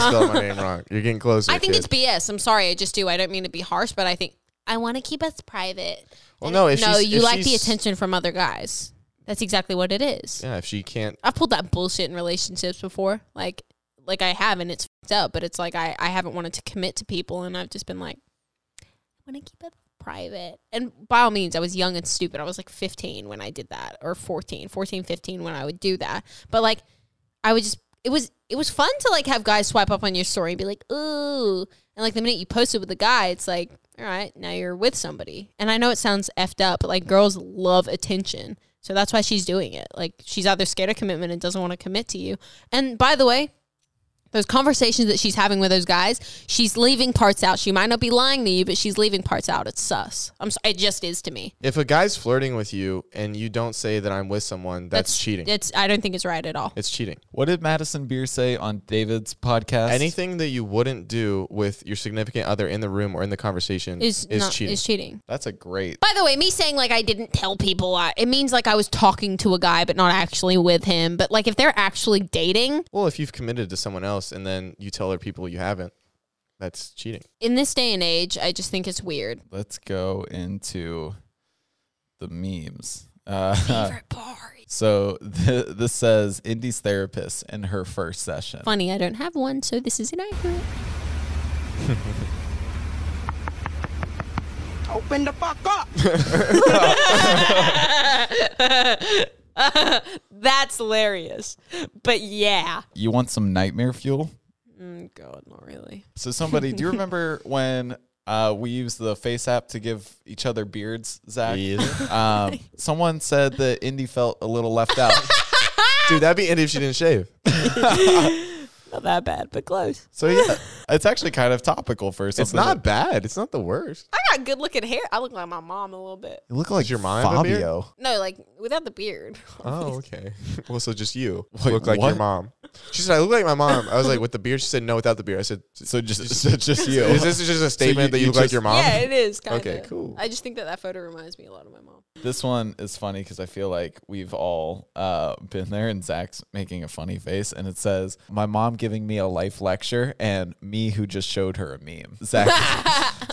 S2: spell my name wrong. You're getting closer.
S3: I think
S2: kid.
S3: it's BS. I'm sorry, I just do. I don't mean to be harsh, but I think I want to keep us private.
S2: Well, no. If
S3: no,
S2: she's-
S3: you
S2: if
S3: like the
S2: she's-
S3: attention from other guys. That's exactly what it is.
S2: Yeah. If she can't.
S3: I've pulled that bullshit in relationships before. Like, like I have, and it's fucked up. But it's like I, I haven't wanted to commit to people, and I've just been like, I want to keep it private. And by all means, I was young and stupid. I was like 15 when I did that, or 14, 14, 15 when I would do that. But like, I would just it was it was fun to like have guys swipe up on your story and be like, ooh, and like the minute you post it with a guy, it's like, all right, now you're with somebody. And I know it sounds effed up, but like girls love attention. So that's why she's doing it. Like she's either scared of commitment and doesn't want to commit to you. And by the way, those conversations that she's having with those guys, she's leaving parts out. She might not be lying to you, but she's leaving parts out. It's sus. I'm. So, it just is to me.
S2: If a guy's flirting with you and you don't say that I'm with someone, that's, cheating.
S3: It's. I don't think it's right at all.
S2: it's cheating.
S1: What did Madison Beer say on David's podcast?
S2: Anything that you wouldn't do with your significant other in the room or in the conversation
S3: Is,
S2: is,
S3: not.
S2: cheating.
S3: Is cheating.
S1: That's a great
S3: By the way, me saying like I didn't tell people, I, it means like I was talking to a guy but not actually with him. But like if they're actually dating
S2: well, if you've committed to someone else and then you tell other people you haven't, that's cheating.
S3: in this day and age, I just think it's weird.
S1: let's go into the memes. Uh, so th- this says Indy's therapist in her first session.
S3: Funny, I don't have one, so this is inaccurate.
S4: Open the fuck up.
S3: That's hilarious. But yeah.
S1: You want some nightmare fuel?
S3: Mm, God, not really.
S1: So somebody, do you remember when uh, we used the Face app to give each other beards, Zach? Um, someone said that Indy felt a little left out.
S2: Dude, that'd be it if she didn't shave.
S3: Not that bad, but close.
S1: so yeah, it's actually kind of topical for something.
S2: It's not
S1: that-
S2: bad. It's not the worst.
S3: I got good looking hair. I look like my mom a little bit.
S1: You look like
S2: your mom have a beard?
S1: Fabio.
S3: No, like without the beard.
S2: Uh-huh. Oh, okay. well, so just you
S1: Wait,
S2: look like
S1: what?
S2: your mom. She said, I look like my mom. I was like, with the beard? She said, no, without the beard. I said,
S1: So just so just you.
S2: is this just a statement
S1: you-
S2: that you,
S1: you
S2: look like
S1: just-
S2: your mom?
S3: Yeah, it is. Kind
S2: Okay,
S3: of.
S2: cool.
S3: I just think that that photo reminds me a lot of my mom.
S1: This one is funny because I feel like we've all uh, been there, and Zach's making a funny face, and it says, "My mom giving me a life lecture, and me who just showed her a meme." Zach.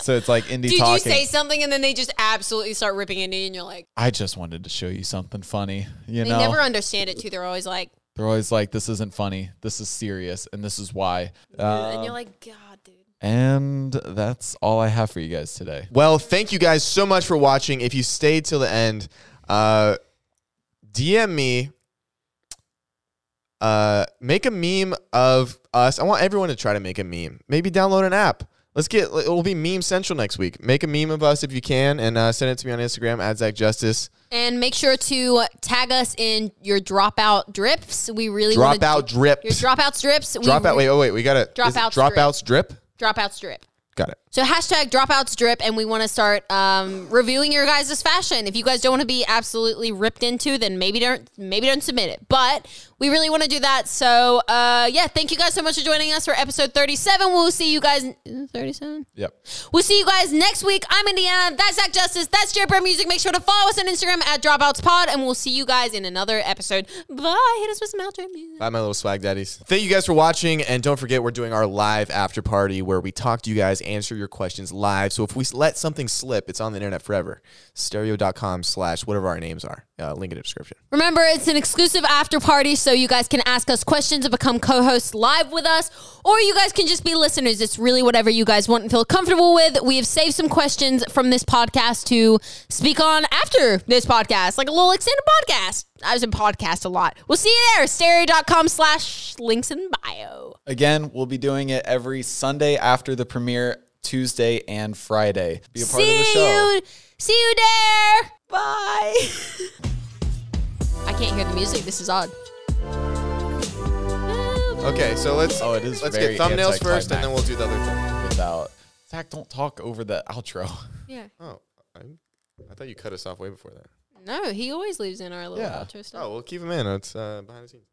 S1: so it's like indie
S3: Did you
S1: talking.
S3: say something and then they just absolutely start ripping into you and you're like,
S1: I just wanted to show you something funny. You
S3: they
S1: know,
S3: never understand it too. They're always like,
S1: they're always like, "This isn't funny. This is serious, and this is why."
S3: and
S1: Uh,
S3: you're like, God, dude.
S1: and that's all I have for you guys today.
S2: Well, thank you guys so much for watching. If you stayed till the end, uh, DM me. Uh, make a meme of us. I want everyone to try to make a meme. Maybe download an app. Let's get. It'll be meme central next week. Make a meme of us if you can, and uh, send it to me on Instagram at Zach Justice.
S3: And make sure to tag us in your dropout drips. We really wanna
S2: Dropout
S3: do-
S2: drip.
S3: Your dropout drips. We
S2: Dropout. Wait, oh wait, we gotta. is it
S3: Dropouts
S2: Dropouts drip.
S3: Dropouts drip.
S2: Got it.
S3: So hashtag dropouts drip, and we want to start um, reviewing your guys' fashion. If you guys don't want to be absolutely ripped into, then maybe don't maybe don't submit it. But we really want to do that. So uh, yeah, thank you guys so much for joining us for episode thirty seven. We'll see you guys thirty seven.
S1: Yep.
S3: We'll see you guys next week. I'm Indiana. That's Zach Justice. That's Jared Burr Music. Make sure to follow us on Instagram at Dropouts Pod, and we'll see you guys in another episode. Bye. Hit us with some outro music.
S2: Bye, my little swag daddies. Thank you guys for watching. And don't forget, we're doing our live after party where we talk to you guys, answer your questions live. So if we let something slip, it's on the internet forever. Stereo.com slash whatever our names are. Uh, link in the description.
S3: Remember, it's an exclusive after party, so you guys can ask us questions and become co hosts live with us, or you guys can just be listeners. It's really whatever you guys want and feel comfortable with. We have saved some questions from this podcast to speak on after this podcast, like a little extended podcast. I was in podcast a lot. We'll see you there. Stereo.com slash links in bio.
S1: Again, we'll be doing it every Sunday after the premiere, Tuesday and Friday. Be a part of the
S3: See
S1: show.
S3: you. See you there. Bye. I can't hear the music. This is odd.
S2: Okay, so let's
S1: Oh, it is
S2: let's
S1: very
S2: get thumbnails first and
S1: anticlimactic.
S2: then we'll do the other thing.
S1: without Zach. Don't talk over the outro.
S3: Yeah.
S2: Oh, I, I thought you cut us off way before that.
S3: No, he always leaves in our little
S1: Yeah.
S3: outro stuff.
S2: Oh, we'll keep them in. It's uh, behind the scenes.